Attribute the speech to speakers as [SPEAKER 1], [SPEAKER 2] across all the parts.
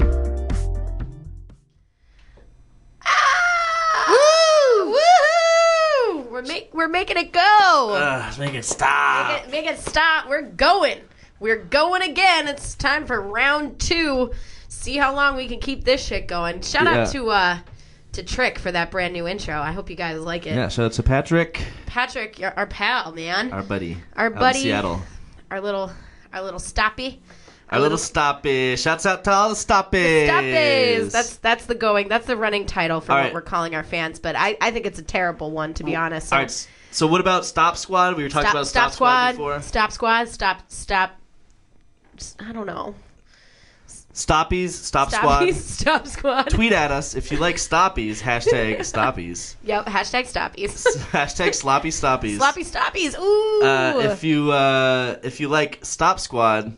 [SPEAKER 1] Woo! Ah! Woohoo! We're, make, we're making it go.
[SPEAKER 2] Ugh, let's make it stop.
[SPEAKER 1] Make it- make it stop. We're going. We're going again. It's time for round two. See how long we can keep this shit going. Shout
[SPEAKER 2] Yeah.
[SPEAKER 1] out to uh to Trick for that brand new intro. I hope you guys like it.
[SPEAKER 2] Yeah, shout out to Patrick,
[SPEAKER 1] Patrick, your, our pal, man, our,
[SPEAKER 2] our buddy.
[SPEAKER 1] Our
[SPEAKER 2] out in
[SPEAKER 1] buddy.
[SPEAKER 2] Seattle.
[SPEAKER 1] little our little stoppy.
[SPEAKER 2] Our little stoppies. Shouts out to all the stoppies.
[SPEAKER 1] Stoppies. That's that's the going. That's the running title for
[SPEAKER 2] All
[SPEAKER 1] what
[SPEAKER 2] right.
[SPEAKER 1] we're calling our fans. But I, I think it's a terrible one to be honest. So
[SPEAKER 2] All right. So what about Stop Squad? We were talking about Stop, Squad before.
[SPEAKER 1] Stop squad. Stop stop. s- I don't know.
[SPEAKER 2] Stoppies. Stop,
[SPEAKER 1] Stop
[SPEAKER 2] Squad.
[SPEAKER 1] Stop squad.
[SPEAKER 2] Tweet at us if you like stoppies. Hashtag stoppies.
[SPEAKER 1] Yep. Hashtag stoppies.
[SPEAKER 2] Hashtag sloppy stoppies.
[SPEAKER 1] Sloppy stoppies. Ooh.
[SPEAKER 2] Uh, if you uh, if you like Stop Squad,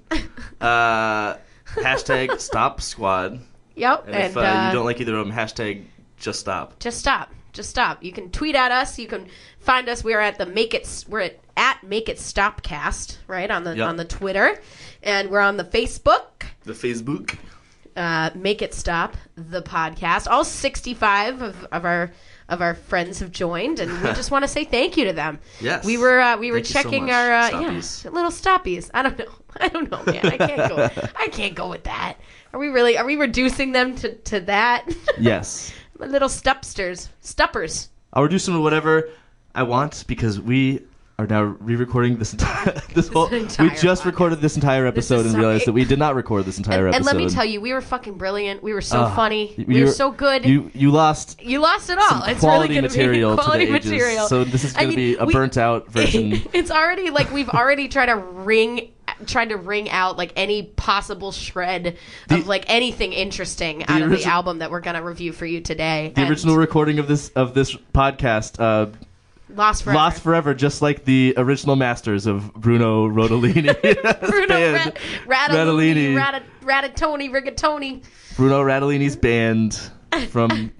[SPEAKER 2] uh, hashtag Stop Squad.
[SPEAKER 1] yep.
[SPEAKER 2] And,
[SPEAKER 1] And,
[SPEAKER 2] if uh,
[SPEAKER 1] uh,
[SPEAKER 2] you don't like either of them, hashtag Just Stop.
[SPEAKER 1] just stop. Just stop. You can tweet at us. You can find us. We're at the Make It. S- We're at, at Make It Stopcast. Right on the
[SPEAKER 2] Yep.
[SPEAKER 1] on the Twitter, and we're on the Facebook.
[SPEAKER 2] The Facebook.
[SPEAKER 1] uh, Make It Stop, the podcast. All 65 of, of our of our friends have joined, and we just want to say thank you to them.
[SPEAKER 2] Yes.
[SPEAKER 1] we were uh, we were
[SPEAKER 2] Thank you so
[SPEAKER 1] checking
[SPEAKER 2] much,
[SPEAKER 1] our uh,
[SPEAKER 2] stoppies.
[SPEAKER 1] yeah little stoppies. I don't know, I don't know, man. I can't go. I can't go with that. Are we really? Are we reducing them to to that?
[SPEAKER 2] Yes.
[SPEAKER 1] little stepsters, steppers.
[SPEAKER 2] I'll reduce them to whatever I want because we are now re-recording this entire this whole.
[SPEAKER 1] entire
[SPEAKER 2] we just
[SPEAKER 1] podcast.
[SPEAKER 2] recorded this entire episode
[SPEAKER 1] is
[SPEAKER 2] and
[SPEAKER 1] so-
[SPEAKER 2] realized that we did not record this entire
[SPEAKER 1] And
[SPEAKER 2] episode.
[SPEAKER 1] let me tell you, we were fucking brilliant. We were so
[SPEAKER 2] Ah,
[SPEAKER 1] funny.
[SPEAKER 2] you-
[SPEAKER 1] we
[SPEAKER 2] you
[SPEAKER 1] were
[SPEAKER 2] were-
[SPEAKER 1] so good.
[SPEAKER 2] you you lost
[SPEAKER 1] You lost it all.
[SPEAKER 2] some
[SPEAKER 1] it's
[SPEAKER 2] quality
[SPEAKER 1] really gonna
[SPEAKER 2] material
[SPEAKER 1] be quality
[SPEAKER 2] to the ages,
[SPEAKER 1] material.
[SPEAKER 2] so this is
[SPEAKER 1] I
[SPEAKER 2] going
[SPEAKER 1] mean,
[SPEAKER 2] to be a
[SPEAKER 1] we-
[SPEAKER 2] burnt out version.
[SPEAKER 1] it's already like we've already tried to ring tried to ring out like any possible shred
[SPEAKER 2] The-
[SPEAKER 1] of like anything interesting out of the
[SPEAKER 2] origi-
[SPEAKER 1] album that we're gonna review for you today.
[SPEAKER 2] The
[SPEAKER 1] And
[SPEAKER 2] original recording of this of this podcast uh,
[SPEAKER 1] Lost Forever.
[SPEAKER 2] lost forever, just like the original masters of Bruno Rodolini.
[SPEAKER 1] Bruno
[SPEAKER 2] band.
[SPEAKER 1] Rat- Radolini,
[SPEAKER 2] Radolini.
[SPEAKER 1] Rata- Ratatoni, Rigatoni
[SPEAKER 2] Bruno Radolini's band from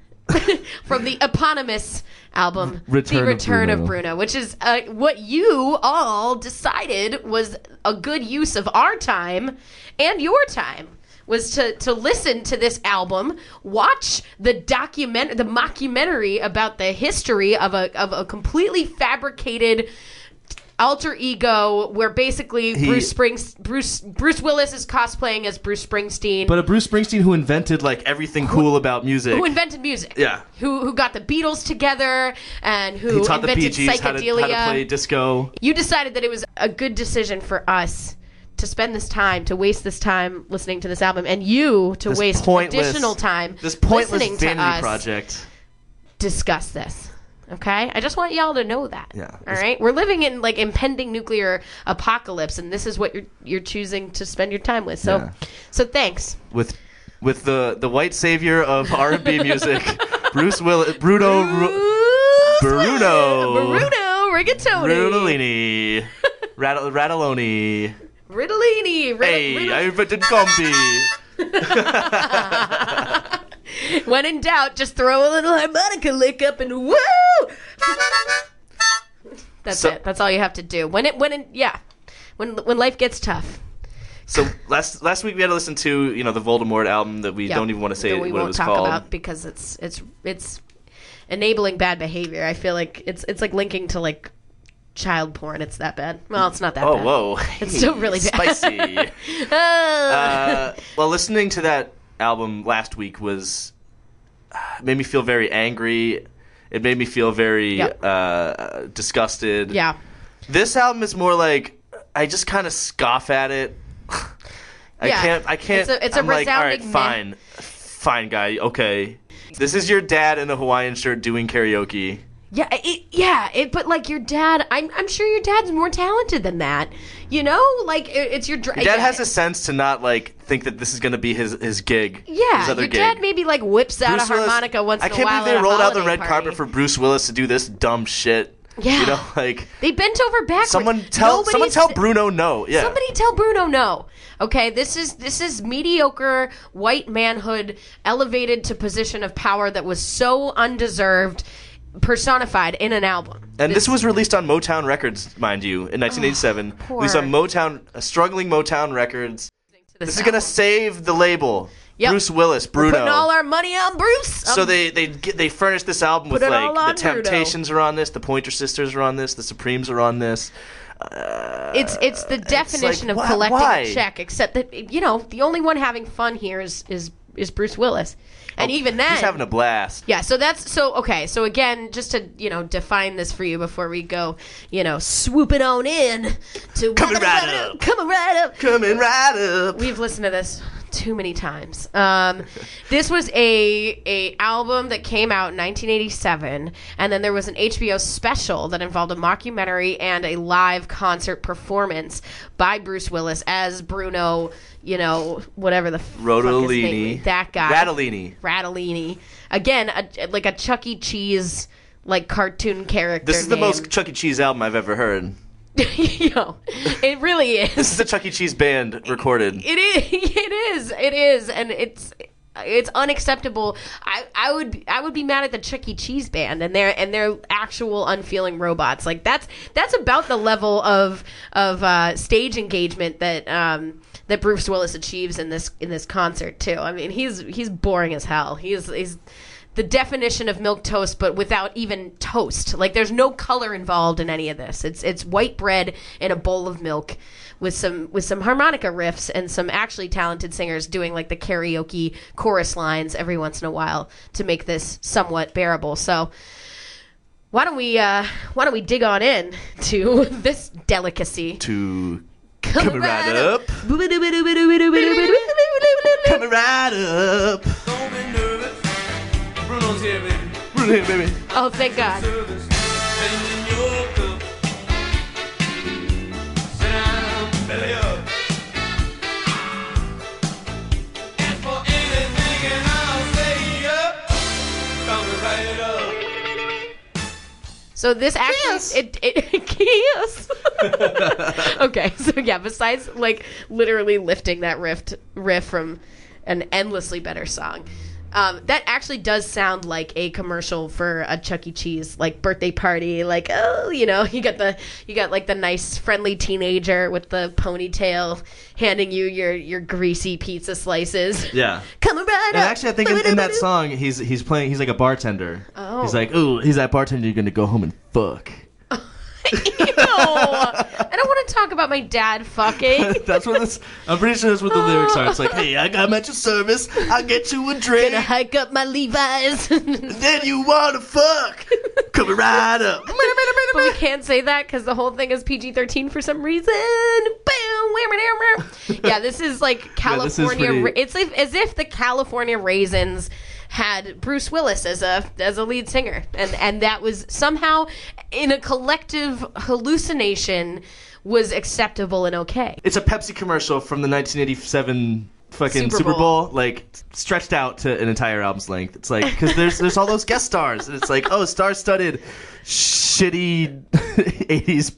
[SPEAKER 1] from the eponymous album,
[SPEAKER 2] Return
[SPEAKER 1] The
[SPEAKER 2] of
[SPEAKER 1] Return of Bruno,
[SPEAKER 2] Bruno.
[SPEAKER 1] which is uh, what you all decided was a good use of our time and your time was to, to listen to this album, watch the document the mockumentary about the history of a of a completely fabricated alter ego where basically Bruce Springs Bruce Bruce Willis is cosplaying as Bruce Springsteen
[SPEAKER 2] but a Bruce Springsteen who invented like everything cool about music.
[SPEAKER 1] who invented music.
[SPEAKER 2] Yeah.
[SPEAKER 1] Who who got the Beatles together and who
[SPEAKER 2] he taught the
[SPEAKER 1] invented
[SPEAKER 2] PGs how to,
[SPEAKER 1] psychedelia.
[SPEAKER 2] how to play disco.
[SPEAKER 1] You decided that it was a good decision for us to spend this time, to waste this time listening to this album, and you to
[SPEAKER 2] This
[SPEAKER 1] waste
[SPEAKER 2] pointless-
[SPEAKER 1] additional time
[SPEAKER 2] This pointless
[SPEAKER 1] listening to
[SPEAKER 2] vanity
[SPEAKER 1] us
[SPEAKER 2] project.
[SPEAKER 1] discuss this. Okay, I just want y'all to know that.
[SPEAKER 2] Yeah.
[SPEAKER 1] All right, we're living in like impending nuclear apocalypse, and this is what you're you're choosing to spend your time with. So,
[SPEAKER 2] Yeah.
[SPEAKER 1] so thanks.
[SPEAKER 2] with with the the white savior of R and B music, Bruce Willis, Bruno Ru- Bruno.
[SPEAKER 1] Bruno Rigatoni.
[SPEAKER 2] Rudolini, Rattle Rattaloni.
[SPEAKER 1] Riddolini. Rid-
[SPEAKER 2] Hey,
[SPEAKER 1] Riddle-
[SPEAKER 2] I invented Gumby.
[SPEAKER 1] when in doubt, just throw a little harmonica lick up and woo! That's
[SPEAKER 2] So-
[SPEAKER 1] it. That's all you have to do. When it when in, yeah, when when life gets tough.
[SPEAKER 2] So last last week we had to listen to you know the Voldemort album that we
[SPEAKER 1] Yeah,
[SPEAKER 2] don't even want to say
[SPEAKER 1] that
[SPEAKER 2] what
[SPEAKER 1] we
[SPEAKER 2] it
[SPEAKER 1] won't
[SPEAKER 2] was
[SPEAKER 1] talk
[SPEAKER 2] called.
[SPEAKER 1] about because it's it's it's enabling bad behavior. I feel like it's it's like linking to like child porn. It's that bad. Well, it's not that
[SPEAKER 2] Oh
[SPEAKER 1] bad.
[SPEAKER 2] whoa,
[SPEAKER 1] It's still really bad.
[SPEAKER 2] spicy.
[SPEAKER 1] Oh.
[SPEAKER 2] uh, well, listening to that album last week was it made me feel very angry. It made me feel very
[SPEAKER 1] Yep.
[SPEAKER 2] uh, disgusted.
[SPEAKER 1] yeah.
[SPEAKER 2] This album is more like I just kind of scoff at it. I
[SPEAKER 1] Yeah.
[SPEAKER 2] can't. I can't.
[SPEAKER 1] It's a- it's a
[SPEAKER 2] I'm like, all right,
[SPEAKER 1] resounding meh."
[SPEAKER 2] fine, fine, guy. Okay, this is your dad in a Hawaiian shirt doing karaoke.
[SPEAKER 1] Yeah, it, yeah, it, but like your dad, I'm, I'm sure your dad's more talented than that. You know, like it, it's your dad.
[SPEAKER 2] Dad has a sense to not like think that this is going to be his his gig.
[SPEAKER 1] Yeah,
[SPEAKER 2] his other
[SPEAKER 1] your
[SPEAKER 2] gig.
[SPEAKER 1] dad maybe like whips out
[SPEAKER 2] Bruce
[SPEAKER 1] a
[SPEAKER 2] Willis-
[SPEAKER 1] harmonica once
[SPEAKER 2] I
[SPEAKER 1] in a
[SPEAKER 2] can't
[SPEAKER 1] while.
[SPEAKER 2] believe they
[SPEAKER 1] at a
[SPEAKER 2] rolled out the red
[SPEAKER 1] holiday party.
[SPEAKER 2] carpet for Bruce Willis to do this dumb shit.
[SPEAKER 1] Yeah.
[SPEAKER 2] you know, like
[SPEAKER 1] They bent over backwards.
[SPEAKER 2] someone tell
[SPEAKER 1] Nobody
[SPEAKER 2] someone
[SPEAKER 1] s-
[SPEAKER 2] tell Bruno no. Yeah,
[SPEAKER 1] Somebody tell Bruno no. Okay, this is this is mediocre white manhood elevated to position of power that was so undeserved, personified in an album.
[SPEAKER 2] and this was released on Motown Records, mind you, in 1987.
[SPEAKER 1] Oh, poor.
[SPEAKER 2] released on Motown, uh, struggling Motown Records. This is gonna
[SPEAKER 1] album.
[SPEAKER 2] save the label.
[SPEAKER 1] Yep.
[SPEAKER 2] Bruce Willis, Bruno.
[SPEAKER 1] putting all our money on Bruce.
[SPEAKER 2] so
[SPEAKER 1] Um,
[SPEAKER 2] they they get, they furnished this album with
[SPEAKER 1] it
[SPEAKER 2] like
[SPEAKER 1] all on
[SPEAKER 2] the
[SPEAKER 1] Bruno.
[SPEAKER 2] Temptations are on this, the Pointer Sisters are on this, the Supremes are on this.
[SPEAKER 1] it's it's the definition of
[SPEAKER 2] why-
[SPEAKER 1] collecting
[SPEAKER 2] why?
[SPEAKER 1] a check, except that you know the only one having fun here is is is Bruce Willis, and even then
[SPEAKER 2] Oh, He's having a blast.
[SPEAKER 1] Yeah, so that's so okay. So again, just to you know define this for you before we go, you know, swooping on in to
[SPEAKER 2] Coming right up.
[SPEAKER 1] coming right up.
[SPEAKER 2] Coming right up.
[SPEAKER 1] We've listened to this too many times. Um, this was a a album that came out in 1987, and then there was an HBO special that involved a mockumentary and a live concert performance by Bruce Willis as Bruno, you know, whatever the fuck his name
[SPEAKER 2] Rodolini.
[SPEAKER 1] is. that guy,
[SPEAKER 2] Radolini.
[SPEAKER 1] Radolini. Again, a, like a Chuck E. Cheese like cartoon character.
[SPEAKER 2] This is the
[SPEAKER 1] name.
[SPEAKER 2] most Chuck E. Cheese album I've ever heard.
[SPEAKER 1] Yo, it really is.
[SPEAKER 2] This is a Chuck E. Cheese band recorded.
[SPEAKER 1] It is. It is. It is, and it's it's unacceptable. I, I would I would be mad at the Chuck E. Cheese band and their and their actual unfeeling robots. Like that's that's about the level of of uh, stage engagement that um, that Bruce Willis achieves in this in this concert too. I mean he's he's boring as hell. He's he's the definition of milk toast but without even toast like there's no color involved in any of this it's it's white bread in a bowl of milk with some with some harmonica riffs and some actually talented singers doing like the karaoke chorus lines every once in a while to make this somewhat bearable so why don't we uh why don't we dig on in to this delicacy
[SPEAKER 2] To coming right up. Coming right up.
[SPEAKER 3] Don't be nervous. Bruno's here, baby.
[SPEAKER 2] Bruno, baby.
[SPEAKER 1] oh thank god
[SPEAKER 3] Service. Bend in your cup. Sit down, belly up. And for anything, and I'll say up. Coming right up.
[SPEAKER 1] So this actually it it chaos. okay, so yeah, besides like literally lifting that riff riff from an endlessly better song. Um, that actually does sound like a commercial for a Chuck E. Cheese like birthday party, like oh, you know, you got the you got like the nice friendly teenager with the ponytail handing you your your greasy pizza slices.
[SPEAKER 2] Yeah.
[SPEAKER 1] Coming right
[SPEAKER 2] And
[SPEAKER 1] up.
[SPEAKER 2] actually, I think in, in that song, he's he's playing. He's like a bartender.
[SPEAKER 1] Oh.
[SPEAKER 2] He's like, ooh, he's that bartender. You're gonna go home and fuck.
[SPEAKER 1] Ew. I don't want to talk about my dad fucking.
[SPEAKER 2] That's what this. I'm pretty sure that's what the lyrics are. It's like, hey, I, I'm at your service. I'll get you a drink.
[SPEAKER 1] gonna hike up my Levi's. but
[SPEAKER 2] Then you wanna fuck. Coming right up.
[SPEAKER 1] we can't say that because the whole thing is PG 13 for some reason. Boom, whammer, dammer. Yeah, this is like
[SPEAKER 2] this is
[SPEAKER 1] California.
[SPEAKER 2] pretty-
[SPEAKER 1] ra- it's like, as if the California Raisins had Bruce Willis as a as a lead singer, and and that was somehow in a collective hallucination was acceptable and okay.
[SPEAKER 2] It's a Pepsi commercial from the 1987 fucking
[SPEAKER 1] Super
[SPEAKER 2] Super,
[SPEAKER 1] Bowl.
[SPEAKER 2] Bowl. like stretched out to an entire album's length. It's like because there's there's all those guest stars, and it's like oh, star-studded, shitty 80s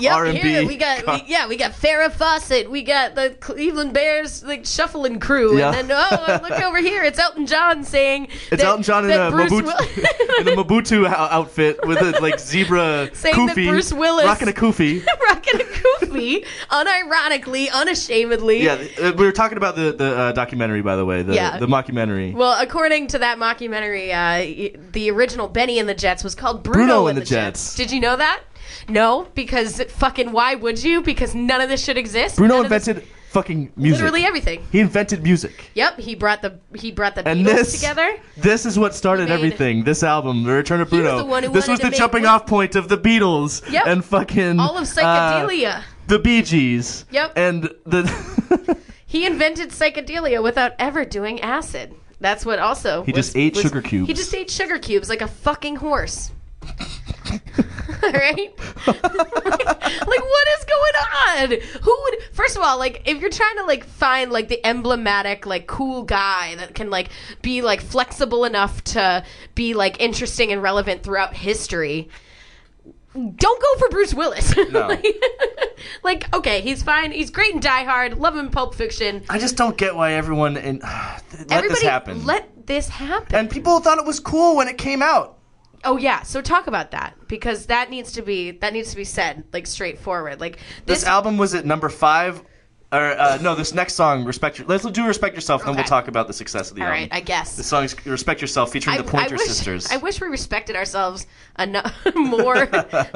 [SPEAKER 1] Yep,
[SPEAKER 2] R&B.
[SPEAKER 1] here we got we, yeah, we got Farrah Fawcett, we got the Cleveland Bears like shuffling crew,
[SPEAKER 2] Yeah.
[SPEAKER 1] and then oh and look over here, it's Elton John saying
[SPEAKER 2] It's
[SPEAKER 1] that-
[SPEAKER 2] Elton John in
[SPEAKER 1] that
[SPEAKER 2] a
[SPEAKER 1] Bruce
[SPEAKER 2] Mobutu,
[SPEAKER 1] Will-
[SPEAKER 2] in a Mobutu ou- outfit with a like zebra
[SPEAKER 1] Saying that
[SPEAKER 2] kufi,
[SPEAKER 1] Bruce Willis-
[SPEAKER 2] rocking a kufi.
[SPEAKER 1] rocking a goofy, unironically, unashamedly.
[SPEAKER 2] Yeah, th- uh, we were talking about the the uh, documentary, by the way, the
[SPEAKER 1] Yeah.
[SPEAKER 2] the mockumentary.
[SPEAKER 1] Well, according to that mockumentary, uh, y- the original Benny and the Jets was called Bruno,
[SPEAKER 2] Bruno
[SPEAKER 1] and the, Jets. Did you know that? No, because fucking why would you? Because none of this should exist.
[SPEAKER 2] Bruno
[SPEAKER 1] None of this-
[SPEAKER 2] invented fucking music.
[SPEAKER 1] literally everything.
[SPEAKER 2] He invented music.
[SPEAKER 1] Yep, he brought the he brought the
[SPEAKER 2] And
[SPEAKER 1] Beatles
[SPEAKER 2] this
[SPEAKER 1] together.
[SPEAKER 2] This is what started
[SPEAKER 1] He made-
[SPEAKER 2] everything. This album, The Return of
[SPEAKER 1] was
[SPEAKER 2] Bruno.
[SPEAKER 1] the one who
[SPEAKER 2] this
[SPEAKER 1] wanted
[SPEAKER 2] was
[SPEAKER 1] to
[SPEAKER 2] the
[SPEAKER 1] make-
[SPEAKER 2] jumping off point of the Beatles
[SPEAKER 1] Yep.
[SPEAKER 2] and fucking
[SPEAKER 1] All of
[SPEAKER 2] uh,
[SPEAKER 1] psychedelia.
[SPEAKER 2] the Bee Gees.
[SPEAKER 1] Yep.
[SPEAKER 2] And the
[SPEAKER 1] He invented psychedelia without ever doing acid. That's what also.
[SPEAKER 2] He just ate sugar cubes.
[SPEAKER 1] He just ate sugar cubes like a fucking horse. right? like what is going on? Who would first of all, like if you're trying to like find like the emblematic, like cool guy that can like be like flexible enough to be like interesting and relevant throughout history, don't go for Bruce Willis.
[SPEAKER 2] No.
[SPEAKER 1] like, like, okay, he's fine, he's great in Die Hard, love him in Pulp Fiction.
[SPEAKER 2] I just don't get why everyone in, let
[SPEAKER 1] Everybody
[SPEAKER 2] this happen.
[SPEAKER 1] let this happen.
[SPEAKER 2] and people thought it was cool when it came out.
[SPEAKER 1] Oh yeah, so talk about that because that needs to be that needs to be said like straightforward. Like
[SPEAKER 2] This,
[SPEAKER 1] this,
[SPEAKER 2] album was at number five. Or uh, no, this next song, respect. Your, let's do respect yourself, and then we'll
[SPEAKER 1] Okay.
[SPEAKER 2] talk about the success of the
[SPEAKER 1] all
[SPEAKER 2] album.
[SPEAKER 1] right, I guess.
[SPEAKER 2] The song is "Respect Yourself" featuring the Pointer
[SPEAKER 1] wish,
[SPEAKER 2] Sisters.
[SPEAKER 1] I wish we respected ourselves enough more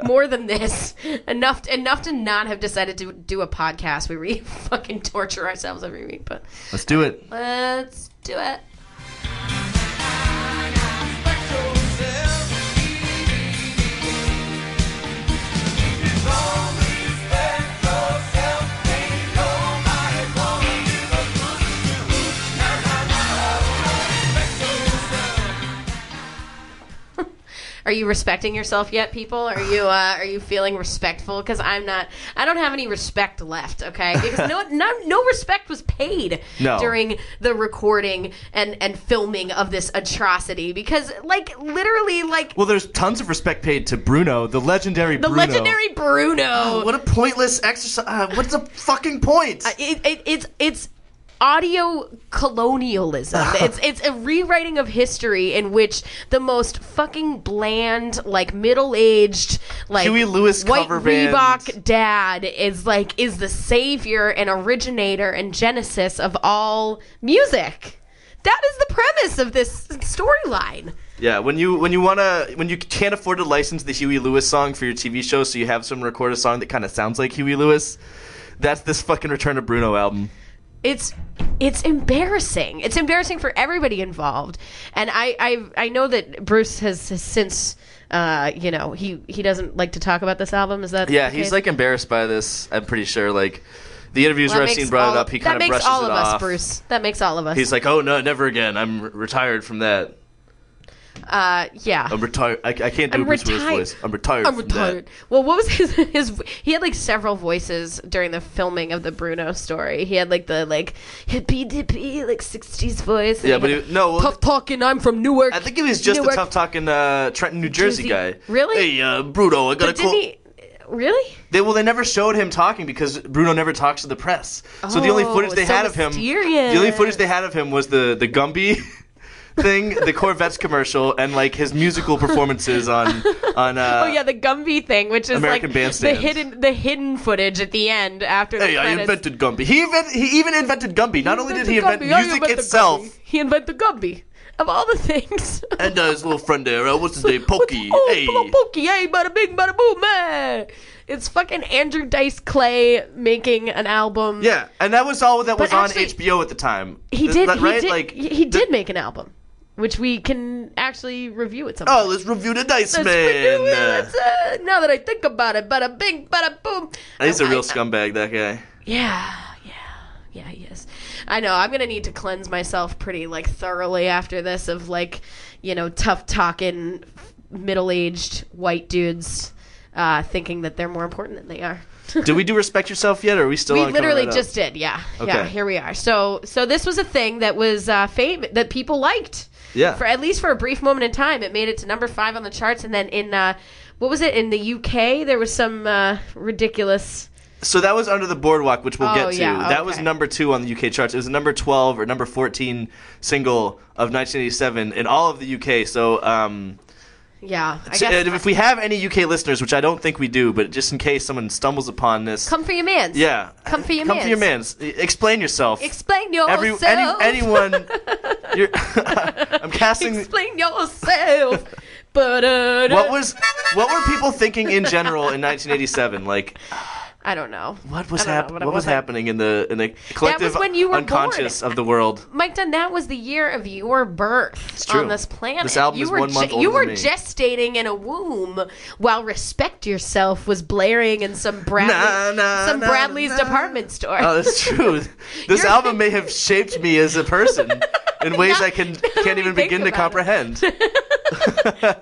[SPEAKER 1] more than this. Enough enough to not have decided to do a podcast where we fucking torture ourselves every week, but
[SPEAKER 2] Let's do it.
[SPEAKER 1] let's do it. Are you respecting yourself yet, people? Are you uh, are you feeling respectful? Because I'm not. I don't have any respect left. Okay, because no no, no respect was paid
[SPEAKER 2] No.
[SPEAKER 1] during the recording and and filming of this atrocity. Because like literally like
[SPEAKER 2] Well, there's tons of respect paid to Bruno, the legendary
[SPEAKER 1] the
[SPEAKER 2] Bruno.
[SPEAKER 1] legendary Bruno.
[SPEAKER 2] What a pointless exercise! Uh, what's the fucking point?
[SPEAKER 1] it, it, it's it's audio colonialism. it's it's a rewriting of history in which the most fucking bland, like middle aged, like
[SPEAKER 2] Huey Lewis
[SPEAKER 1] white
[SPEAKER 2] cover band.
[SPEAKER 1] Reebok dad is like is the savior and originator and genesis of all music. That is the premise of this storyline.
[SPEAKER 2] yeah, when you when you wanna when you can't afford to license the Huey Lewis song for your TV show, so you have some record a song that kind of sounds like Huey Lewis. That's this fucking Return to Bruno album.
[SPEAKER 1] it's it's embarrassing. It's embarrassing for everybody involved. And I I, I know that Bruce has, has since uh, you know he he doesn't like to talk about this album. Is that
[SPEAKER 2] Yeah,
[SPEAKER 1] the
[SPEAKER 2] he's
[SPEAKER 1] case?
[SPEAKER 2] like embarrassed by this. I'm pretty sure. Like the interviews
[SPEAKER 1] Well, that
[SPEAKER 2] where I've
[SPEAKER 1] makes
[SPEAKER 2] seen brought
[SPEAKER 1] all-
[SPEAKER 2] it up, he kind
[SPEAKER 1] that
[SPEAKER 2] of
[SPEAKER 1] makes
[SPEAKER 2] brushes
[SPEAKER 1] all of
[SPEAKER 2] it
[SPEAKER 1] us,
[SPEAKER 2] off.
[SPEAKER 1] Bruce. That makes all of us.
[SPEAKER 2] He's like, oh no, never again. I'm re- retired from that.
[SPEAKER 1] uh, yeah.
[SPEAKER 2] I'm retired. I, I can't do
[SPEAKER 1] I'm
[SPEAKER 2] a Bruce Willis
[SPEAKER 1] retired.
[SPEAKER 2] voice. I'm retired.
[SPEAKER 1] I'm
[SPEAKER 2] from
[SPEAKER 1] retired. Well, what was his his? He had like several voices during the filming of the Bruno story. He had like the like hippy dippy like '60s voice. and
[SPEAKER 2] Yeah, but
[SPEAKER 1] had
[SPEAKER 2] he- no, well,
[SPEAKER 1] tough talking. I'm from Newark.
[SPEAKER 2] That. I think he was just a
[SPEAKER 1] Newark.
[SPEAKER 2] tough talking uh, Trenton, New Jersey,
[SPEAKER 1] Jersey-
[SPEAKER 2] guy.
[SPEAKER 1] Really?
[SPEAKER 2] Hey, uh, Bruno, I got a
[SPEAKER 1] But
[SPEAKER 2] call.
[SPEAKER 1] didn't he? Really?
[SPEAKER 2] They, well, they never showed him talking because Bruno never talks to the press. So the only
[SPEAKER 1] Oh,
[SPEAKER 2] footage they
[SPEAKER 1] so
[SPEAKER 2] had of him,
[SPEAKER 1] mysterious.
[SPEAKER 2] the only footage they had of him was the the Gumby thing, the Corvettes commercial, and like his musical performances on on. Uh,
[SPEAKER 1] Oh yeah, the Gumby thing, which is
[SPEAKER 2] American
[SPEAKER 1] like
[SPEAKER 2] Bandstand.
[SPEAKER 1] the hidden the hidden footage at the end after the
[SPEAKER 2] Hey, I
[SPEAKER 1] credits.
[SPEAKER 2] invented Gumby. He even he even invented Gumby. Not only did he invent
[SPEAKER 1] Gumby, Oh, I
[SPEAKER 2] music
[SPEAKER 1] invented
[SPEAKER 2] itself,
[SPEAKER 1] Gumby. He invented Gumby. Of all the things.
[SPEAKER 2] and uh, his little friend there, uh, what's his name, Pokey.
[SPEAKER 1] Oh,
[SPEAKER 2] hey,
[SPEAKER 1] little Pokey, hey, bada bing, bada boom, hey. It's fucking Andrew Dice Clay making an album.
[SPEAKER 2] yeah, and that was all that was
[SPEAKER 1] actually-
[SPEAKER 2] on HBO at the time.
[SPEAKER 1] he
[SPEAKER 2] Is
[SPEAKER 1] did.
[SPEAKER 2] that
[SPEAKER 1] he
[SPEAKER 2] right?
[SPEAKER 1] did.
[SPEAKER 2] like,
[SPEAKER 1] he he did make an album, which we can actually review at some
[SPEAKER 2] oh,
[SPEAKER 1] point.
[SPEAKER 2] let's review the Dice
[SPEAKER 1] That's
[SPEAKER 2] Man.
[SPEAKER 1] pretty-
[SPEAKER 2] Uh,
[SPEAKER 1] that's, uh, now that I think about it, bada bing, bada boom.
[SPEAKER 2] he's a
[SPEAKER 1] I-
[SPEAKER 2] real scumbag. That guy.
[SPEAKER 1] Yeah, yeah, yeah, yes. I know. I'm gonna need to cleanse myself pretty like thoroughly after this of like, you know, tough talking, middle aged white dudes uh, thinking that they're more important than they are.
[SPEAKER 2] Did we do respect yourself yet? Or are we still?
[SPEAKER 1] We
[SPEAKER 2] on Coming
[SPEAKER 1] literally
[SPEAKER 2] Right Up?
[SPEAKER 1] just did, yeah, yeah.
[SPEAKER 2] Okay.
[SPEAKER 1] Here we are. So, so this was a thing that was uh, fame that people liked.
[SPEAKER 2] Yeah.
[SPEAKER 1] For at least for a brief moment in time, it made it to number five on the charts, and then in uh, what was it in the UK? There was some uh, ridiculous.
[SPEAKER 2] So that was under the boardwalk, which we'll
[SPEAKER 1] Oh,
[SPEAKER 2] get to.
[SPEAKER 1] yeah,
[SPEAKER 2] That was
[SPEAKER 1] okay.
[SPEAKER 2] number two on the UK charts. It was the number twelve or number fourteen single of 1987 in all of the UK. So. um...
[SPEAKER 1] Yeah, I
[SPEAKER 2] So,
[SPEAKER 1] guess.
[SPEAKER 2] and if we have any UK listeners, which I don't think we do, but just in case someone stumbles upon this,
[SPEAKER 1] Come for your man's.
[SPEAKER 2] yeah,
[SPEAKER 1] Come for your
[SPEAKER 2] come for your
[SPEAKER 1] mans.
[SPEAKER 2] mans. E- Explain yourself.
[SPEAKER 1] Explain yourself.
[SPEAKER 2] Every- any- anyone, you're, I'm casting.
[SPEAKER 1] Explain yourself. Ba-da-da.
[SPEAKER 2] What was what were people thinking in general in 1987? Like
[SPEAKER 1] I don't know.
[SPEAKER 2] what was
[SPEAKER 1] I don't know
[SPEAKER 2] happening? What,
[SPEAKER 1] it
[SPEAKER 2] was happening in the in the collective
[SPEAKER 1] when you were
[SPEAKER 2] unconscious
[SPEAKER 1] born.
[SPEAKER 2] of the world?
[SPEAKER 1] Mike Dunn, that was the year of your birth
[SPEAKER 2] true.
[SPEAKER 1] on this planet.
[SPEAKER 2] This album
[SPEAKER 1] you
[SPEAKER 2] is
[SPEAKER 1] were
[SPEAKER 2] one month
[SPEAKER 1] You
[SPEAKER 2] older
[SPEAKER 1] were
[SPEAKER 2] than me.
[SPEAKER 1] gestating in a womb while "Respect Yourself" was blaring in some Bradley,
[SPEAKER 2] Na, na,
[SPEAKER 1] some
[SPEAKER 2] na,
[SPEAKER 1] Bradley's
[SPEAKER 2] na.
[SPEAKER 1] department store.
[SPEAKER 2] Oh, that's true. This
[SPEAKER 1] You're-
[SPEAKER 2] album may have shaped me as a person in ways I can
[SPEAKER 1] that
[SPEAKER 2] can't
[SPEAKER 1] we
[SPEAKER 2] even
[SPEAKER 1] think
[SPEAKER 2] begin to
[SPEAKER 1] about it.
[SPEAKER 2] comprehend.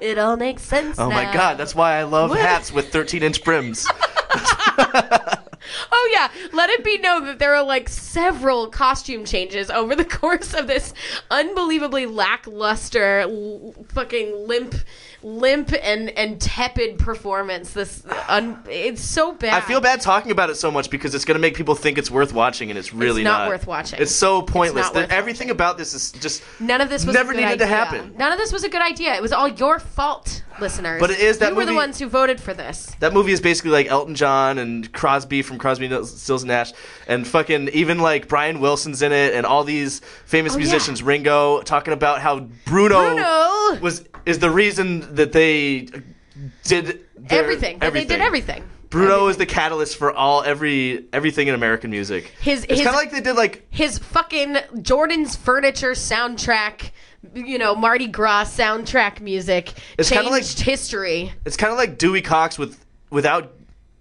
[SPEAKER 1] It all makes sense.
[SPEAKER 2] Oh my
[SPEAKER 1] now.
[SPEAKER 2] god, that's why I love
[SPEAKER 1] What?
[SPEAKER 2] hats with 13 inch brims.
[SPEAKER 1] Oh yeah, let it be known that there are like several costume changes over the course of this unbelievably lackluster, l- fucking limp, limp and and tepid performance. This un- it's so bad.
[SPEAKER 2] I feel bad talking about it so much because it's going to make people think it's worth watching, and it's really
[SPEAKER 1] not worth watching.
[SPEAKER 2] It's so pointless.
[SPEAKER 1] not worth
[SPEAKER 2] That everything about this is just.
[SPEAKER 1] None of this was
[SPEAKER 2] never
[SPEAKER 1] a good
[SPEAKER 2] needed to
[SPEAKER 1] idea.
[SPEAKER 2] happen.
[SPEAKER 1] None of this was a good idea. It was all your fault, listeners.
[SPEAKER 2] But it is that
[SPEAKER 1] you were the
[SPEAKER 2] movie-
[SPEAKER 1] ones who voted for this.
[SPEAKER 2] That movie is basically like Elton John and Crosby from Crosby, Stills, and Nash, and fucking even like Brian Wilson's in it, and all these famous
[SPEAKER 1] Oh, yeah.
[SPEAKER 2] musicians, Ringo, talking about how Bruno,
[SPEAKER 1] Bruno!
[SPEAKER 2] was is the reason that they did their-
[SPEAKER 1] everything. That They did everything.
[SPEAKER 2] Bruno is the catalyst for all every everything in American music.
[SPEAKER 1] His-
[SPEAKER 2] it's
[SPEAKER 1] his-
[SPEAKER 2] kind of like they did like
[SPEAKER 1] his fucking Jordan's furniture soundtrack, you know, Mardi Gras soundtrack music
[SPEAKER 2] It's kinda
[SPEAKER 1] changed
[SPEAKER 2] like-
[SPEAKER 1] history.
[SPEAKER 2] it's kind of like Dewey Cox with without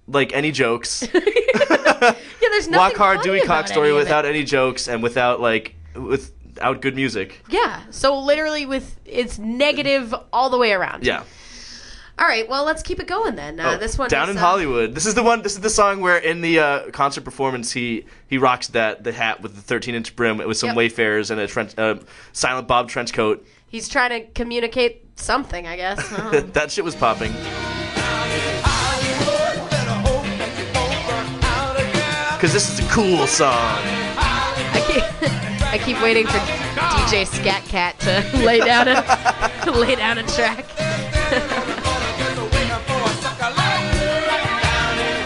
[SPEAKER 2] like any jokes.
[SPEAKER 1] Yeah, there's nothing
[SPEAKER 2] Walk hard
[SPEAKER 1] funny
[SPEAKER 2] Dewey
[SPEAKER 1] about
[SPEAKER 2] Cox story
[SPEAKER 1] any of it.
[SPEAKER 2] without any jokes and without like without good music.
[SPEAKER 1] Yeah, so literally with it's negative all the way around.
[SPEAKER 2] Yeah.
[SPEAKER 1] All right, well let's keep it going then. Uh,
[SPEAKER 2] Oh,
[SPEAKER 1] this one
[SPEAKER 2] down
[SPEAKER 1] is,
[SPEAKER 2] in
[SPEAKER 1] uh,
[SPEAKER 2] Hollywood. This is the one. This is the song where in the uh, concert performance he he rocks that the hat with the 13 inch brim with some
[SPEAKER 1] Yep.
[SPEAKER 2] Wayfarers and a trench, uh, Silent Bob trench coat.
[SPEAKER 1] He's trying to communicate something, I guess. I don't know.
[SPEAKER 2] that shit was popping. Cause this is a cool song.
[SPEAKER 1] I keep, I keep waiting for DJ Scat Cat to lay down a lay down a track. All right.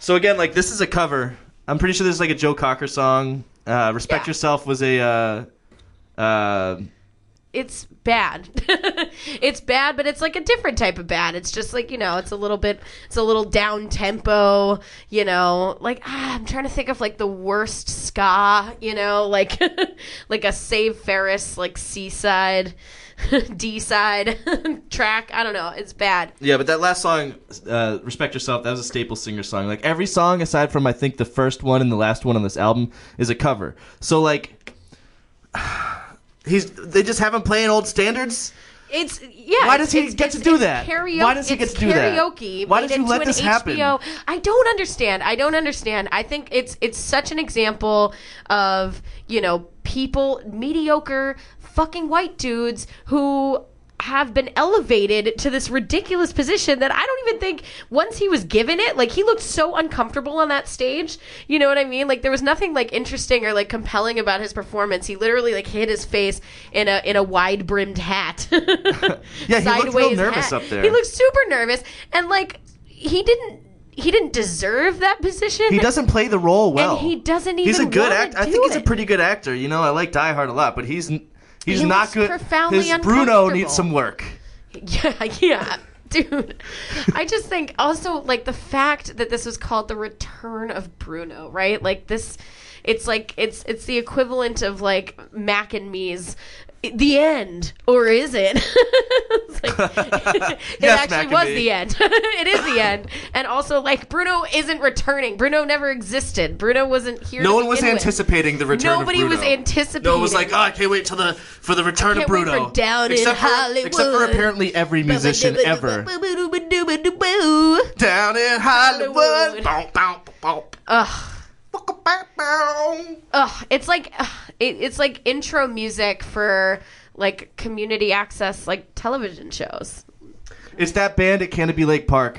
[SPEAKER 2] So again, like this is a cover. I'm pretty sure there's like a Joe Cocker song. Uh, Respect
[SPEAKER 1] Yeah.
[SPEAKER 2] Yourself was a. Uh, uh,
[SPEAKER 1] It's bad. it's bad, but it's like a different type of bad. It's just like, you know, it's a little bit it's a little down tempo, you know. Like ah, I'm trying to think of like the worst ska, you know, like like a Save Ferris like seaside D side track. I don't know. It's bad.
[SPEAKER 2] yeah, but that last song, uh, Respect Yourself, that was a staple singer song. Like every song aside from I think the first one and the last one on this album is a cover. So like, he's they just have him playing old standards.
[SPEAKER 1] It's yeah.
[SPEAKER 2] Why
[SPEAKER 1] it's-
[SPEAKER 2] does he
[SPEAKER 1] it's-
[SPEAKER 2] get to
[SPEAKER 1] it's-
[SPEAKER 2] do
[SPEAKER 1] it's
[SPEAKER 2] that?
[SPEAKER 1] Karaoke,
[SPEAKER 2] Why does he
[SPEAKER 1] it's
[SPEAKER 2] get to do that?
[SPEAKER 1] Karaoke.
[SPEAKER 2] Why
[SPEAKER 1] made
[SPEAKER 2] did you
[SPEAKER 1] into
[SPEAKER 2] let
[SPEAKER 1] an
[SPEAKER 2] this happen?
[SPEAKER 1] HBO. I don't understand. I don't understand. I think it's it's such an example of you know people mediocre fucking white dudes who have been elevated to this ridiculous position that I don't even think once he was given it like he looked so uncomfortable on that stage you know what I mean like there was nothing like interesting or like compelling about his performance he literally like hid his face in a in a wide brimmed hat
[SPEAKER 2] Yeah, he looked real
[SPEAKER 1] sideways
[SPEAKER 2] nervous
[SPEAKER 1] hat.
[SPEAKER 2] up there.
[SPEAKER 1] He looked super nervous, and like he didn't he didn't deserve that position.
[SPEAKER 2] He doesn't play the role well.
[SPEAKER 1] he doesn't
[SPEAKER 2] He's a
[SPEAKER 1] even
[SPEAKER 2] good
[SPEAKER 1] wanna
[SPEAKER 2] actor. I
[SPEAKER 1] do
[SPEAKER 2] think he's a
[SPEAKER 1] it.
[SPEAKER 2] pretty good actor. You know, I like Die Hard a lot, but he's n- he's
[SPEAKER 1] He
[SPEAKER 2] not
[SPEAKER 1] was
[SPEAKER 2] good.
[SPEAKER 1] profoundly
[SPEAKER 2] His Bruno
[SPEAKER 1] uncomfortable.
[SPEAKER 2] needs some work.
[SPEAKER 1] Yeah, yeah. Dude, I just think also like the fact that this was called the return of Bruno, right? Like this it's like it's it's the equivalent of like Mac and Me's the end or is it? It's like- it
[SPEAKER 2] Yes, Mac
[SPEAKER 1] actually
[SPEAKER 2] and
[SPEAKER 1] was
[SPEAKER 2] Me.
[SPEAKER 1] the end. it is the end. And also like Bruno isn't returning. Bruno never existed. Bruno wasn't here.
[SPEAKER 2] No
[SPEAKER 1] to
[SPEAKER 2] one was
[SPEAKER 1] begin with.
[SPEAKER 2] anticipating the return
[SPEAKER 1] Nobody
[SPEAKER 2] of Bruno.
[SPEAKER 1] was anticipating.
[SPEAKER 2] No one was like, oh, I can't wait till the for the return
[SPEAKER 1] I
[SPEAKER 2] of
[SPEAKER 1] can't wait
[SPEAKER 2] Bruno.
[SPEAKER 1] for Down in
[SPEAKER 2] except, for,
[SPEAKER 1] Hollywood.
[SPEAKER 2] except for apparently every musician ever. Down in
[SPEAKER 1] Hollywood.
[SPEAKER 2] Hollywood. Bow, bow, bow,
[SPEAKER 1] Ugh.
[SPEAKER 2] bow, bow.
[SPEAKER 1] Ugh, it's like ugh, it, it's like intro music for like community access like television shows.
[SPEAKER 2] It's that band at Canopy Lake Park.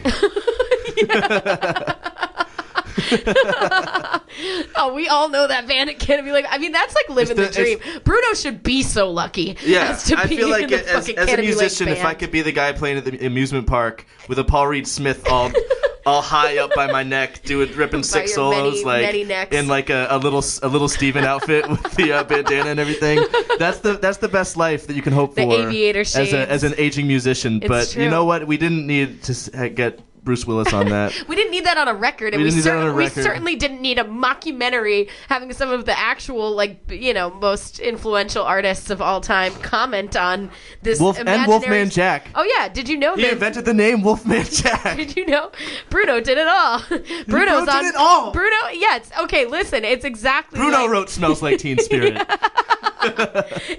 [SPEAKER 1] Oh, we all know that band at Canopy Lake. I mean, that's like living
[SPEAKER 2] the-
[SPEAKER 1] the, dream. Bruno should be so lucky
[SPEAKER 2] Yeah,
[SPEAKER 1] as to
[SPEAKER 2] I
[SPEAKER 1] be
[SPEAKER 2] feel like
[SPEAKER 1] in the
[SPEAKER 2] it- as,
[SPEAKER 1] fucking
[SPEAKER 2] as a
[SPEAKER 1] Canopy Lake
[SPEAKER 2] musician, if I
[SPEAKER 1] band.
[SPEAKER 2] could be the guy playing at the amusement park with a Paul Reed Smith all all high up by my neck, doing ripping six
[SPEAKER 1] your many,
[SPEAKER 2] solos like
[SPEAKER 1] many necks.
[SPEAKER 2] in like a, a little a little Steven outfit with the uh, bandana and everything. That's the that's the best life that you can hope
[SPEAKER 1] The
[SPEAKER 2] for
[SPEAKER 1] aviator
[SPEAKER 2] as a, as an aging musician. but you
[SPEAKER 1] true.
[SPEAKER 2] know what? We didn't need to s- uh, get Bruce Willis on that.
[SPEAKER 1] We didn't need that on a record, and
[SPEAKER 2] We
[SPEAKER 1] we,
[SPEAKER 2] didn't need that
[SPEAKER 1] cer-
[SPEAKER 2] on a
[SPEAKER 1] we
[SPEAKER 2] record.
[SPEAKER 1] certainly didn't need a mockumentary having some of the actual, like, b- you know, most influential artists of all time comment on this.
[SPEAKER 2] Wolf- and
[SPEAKER 1] imaginary-
[SPEAKER 2] Wolfman Jack.
[SPEAKER 1] Oh yeah, did you know
[SPEAKER 2] he
[SPEAKER 1] that?
[SPEAKER 2] invented the name Wolfman Jack.
[SPEAKER 1] did you know Bruno did it all? Bruno's
[SPEAKER 2] Bruno did
[SPEAKER 1] on
[SPEAKER 2] it all.
[SPEAKER 1] Bruno, yeah. It's, okay, listen, it's exactly
[SPEAKER 2] Bruno
[SPEAKER 1] like-
[SPEAKER 2] wrote "Smells Like Teen Spirit."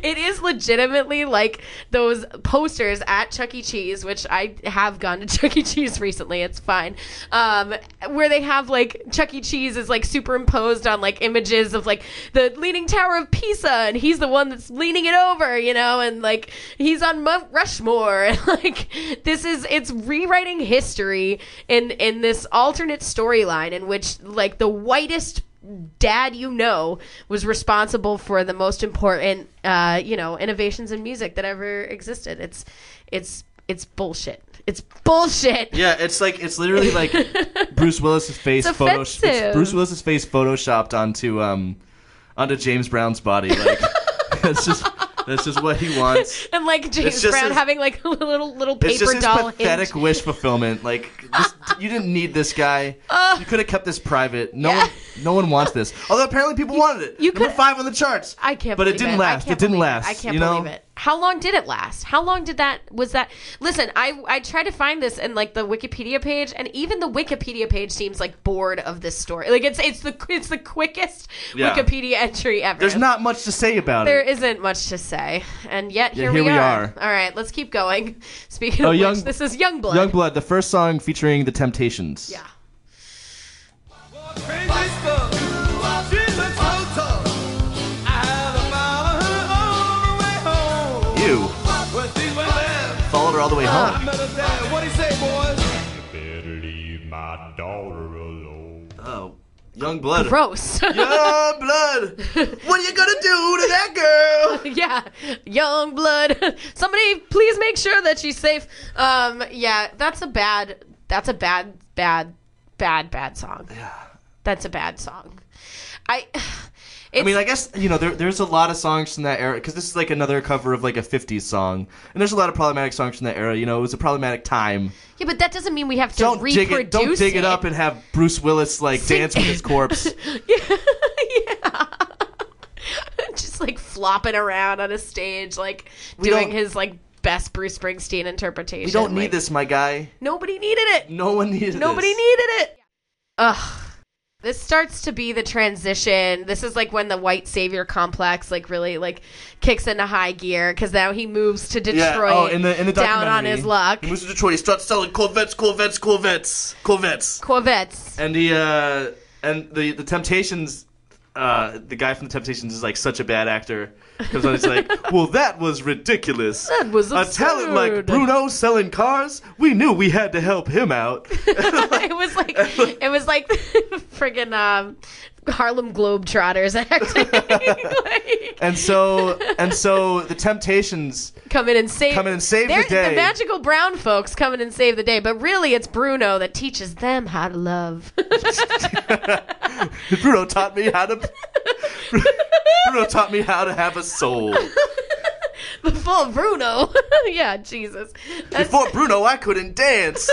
[SPEAKER 1] It is legitimately like those posters at Chuck E. Cheese, which I have gone to Chuck E. Cheese recently. It's fine. Um, where they have like Chuck E. Cheese is like superimposed on like images of like the Leaning Tower of Pisa, and he's the one that's leaning it over, you know, and like he's on Mount Rushmore. And like this is it's rewriting history in in this alternate storyline in which like the whitest dad you know was responsible for the most important uh, you know innovations in music that ever existed it's it's it's bullshit it's bullshit
[SPEAKER 2] Yeah, it's like it's literally like Bruce Willis's face
[SPEAKER 1] It's
[SPEAKER 2] photo-
[SPEAKER 1] offensive.
[SPEAKER 2] Bruce Willis's face photoshopped onto um onto James Brown's body. Like that's just that's just what he wants.
[SPEAKER 1] and like james
[SPEAKER 2] It's just
[SPEAKER 1] brown
[SPEAKER 2] his-
[SPEAKER 1] having like a little little
[SPEAKER 2] It's
[SPEAKER 1] paper
[SPEAKER 2] just his
[SPEAKER 1] doll
[SPEAKER 2] pathetic
[SPEAKER 1] hinge.
[SPEAKER 2] wish fulfillment. Like this, you didn't need this guy. you could have kept this private. No one, no one wants this. Although apparently people wanted it.
[SPEAKER 1] you
[SPEAKER 2] Number
[SPEAKER 1] could-
[SPEAKER 2] five on the charts.
[SPEAKER 1] I can't.
[SPEAKER 2] But it
[SPEAKER 1] believe
[SPEAKER 2] didn't
[SPEAKER 1] I
[SPEAKER 2] last.
[SPEAKER 1] can't
[SPEAKER 2] It didn't
[SPEAKER 1] believe
[SPEAKER 2] last.
[SPEAKER 1] I can't
[SPEAKER 2] you know?
[SPEAKER 1] believe it. How long did it last? How long did that was that? Listen, I I tried to find this in like the Wikipedia page, and even the Wikipedia page seems like bored of this story. Like it's it's the it's the quickest
[SPEAKER 2] Yeah.
[SPEAKER 1] Wikipedia entry ever.
[SPEAKER 2] There's not much to say about
[SPEAKER 1] There
[SPEAKER 2] it.
[SPEAKER 1] isn't much to say, and yet here,
[SPEAKER 2] here
[SPEAKER 1] we,
[SPEAKER 2] we
[SPEAKER 1] are.
[SPEAKER 2] are.
[SPEAKER 1] All right, let's keep going. Speaking
[SPEAKER 2] Oh,
[SPEAKER 1] of
[SPEAKER 2] Young-
[SPEAKER 1] which, this is Youngblood.
[SPEAKER 2] Youngblood, the first song featuring the Temptations.
[SPEAKER 1] Yeah.
[SPEAKER 2] You followed her all the way home.
[SPEAKER 3] What he say, boys?
[SPEAKER 4] Better leave my daughter alone.
[SPEAKER 2] Oh, Youngblood.
[SPEAKER 1] Gross.
[SPEAKER 2] Young blood. What are you gonna do to that girl?
[SPEAKER 1] yeah, young blood. Somebody, please make sure that she's safe. Um, yeah, that's a bad. That's a bad, bad, bad, bad song. Yeah, that's a bad song. I. It's,
[SPEAKER 2] I mean, I guess you know there, there's a lot of songs from that era because this is like another cover of like a '50s song, and there's a lot of problematic songs from that era. You know, it was a problematic time.
[SPEAKER 1] yeah, but that doesn't mean we have to
[SPEAKER 2] Don't
[SPEAKER 1] reproduce
[SPEAKER 2] dig it. Don't dig it up and have Bruce Willis like
[SPEAKER 1] Sing-
[SPEAKER 2] dance with his corpse.
[SPEAKER 1] just like flopping around on a stage, like
[SPEAKER 2] We
[SPEAKER 1] doing
[SPEAKER 2] don't-
[SPEAKER 1] his like best Bruce Springsteen interpretation.
[SPEAKER 2] You don't
[SPEAKER 1] Like,
[SPEAKER 2] need this, my guy.
[SPEAKER 1] Nobody needed it.
[SPEAKER 2] No one needed
[SPEAKER 1] Nobody
[SPEAKER 2] this.
[SPEAKER 1] needed it. Ugh. This starts to be the transition. This is like when the white savior complex like really like kicks into high gear because now he moves to Detroit
[SPEAKER 2] Yeah. Oh, in the in the
[SPEAKER 1] down on
[SPEAKER 2] documentary,
[SPEAKER 1] his luck.
[SPEAKER 2] He moves to Detroit. He starts selling Corvettes, Corvettes, Corvettes, Corvettes.
[SPEAKER 1] Corvettes.
[SPEAKER 2] And the uh, and the the Temptations, uh, the guy from the Temptations is like such a bad actor. Comes on, he's like, "Well, that was ridiculous.
[SPEAKER 1] That was
[SPEAKER 2] a talent like
[SPEAKER 1] absurd."
[SPEAKER 2] Bruno selling cars. We knew we had to help him out."
[SPEAKER 1] it was like it was like friggin' um, Harlem Globetrotters acting. like,
[SPEAKER 2] And so and so the Temptations.
[SPEAKER 1] come in and save
[SPEAKER 2] Come in and save the
[SPEAKER 1] They're-
[SPEAKER 2] day.
[SPEAKER 1] The magical brown folks come in and save the day, but really it's Bruno that teaches them how to love.
[SPEAKER 2] Bruno taught me how to. Bruno taught me how to have a soul.
[SPEAKER 1] Full Bruno. yeah, Jesus. That's-
[SPEAKER 2] Before Bruno, I couldn't dance.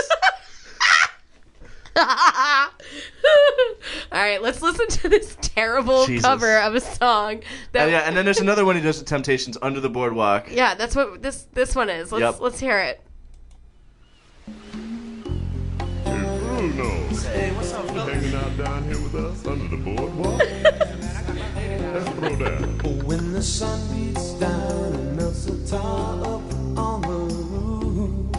[SPEAKER 1] All right, let's listen to this terrible
[SPEAKER 2] Jesus.
[SPEAKER 1] cover of a song. That
[SPEAKER 2] And yeah, and then there's another one he does with Temptations under the boardwalk.
[SPEAKER 1] Yeah, that's what this this one is. Let's
[SPEAKER 2] Yep.
[SPEAKER 1] let's hear it.
[SPEAKER 4] Bruno, hanging out down here with us under the boardwalk. Let's throw down.
[SPEAKER 5] When the sun beats down and melts the tar up on the roof,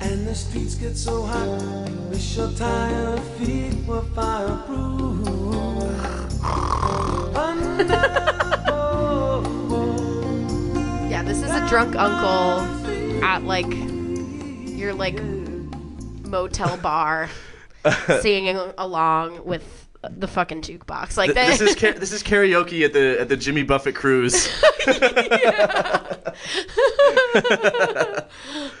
[SPEAKER 5] and the streets get so hot, you wish your tired feet were fireproof. Under the boardwalk,
[SPEAKER 1] Yeah, this is a drunk uncle at like your like motel bar singing along with the fucking jukebox. Like
[SPEAKER 2] Th-
[SPEAKER 1] that.
[SPEAKER 2] this is ka- this is karaoke at the at the Jimmy Buffett cruise.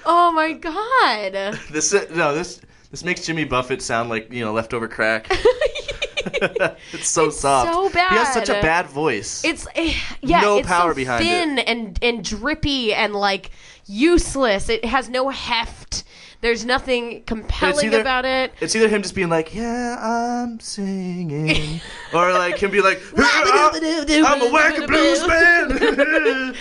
[SPEAKER 1] oh my god.
[SPEAKER 2] This uh, no this this makes Jimmy Buffett sound like you know leftover crack. it's so soft.
[SPEAKER 1] so
[SPEAKER 2] He has such a
[SPEAKER 1] bad.
[SPEAKER 2] bad voice.
[SPEAKER 1] It's eh, yeah,
[SPEAKER 2] No
[SPEAKER 1] it's
[SPEAKER 2] power
[SPEAKER 1] so
[SPEAKER 2] behind it.
[SPEAKER 1] thin and and drippy and like useless. It has no heft. There's nothing compelling
[SPEAKER 2] either-
[SPEAKER 1] about it.
[SPEAKER 2] It's either him just being like, "Yeah, I'm singing," or like him be like, "I'm a wacky blues man."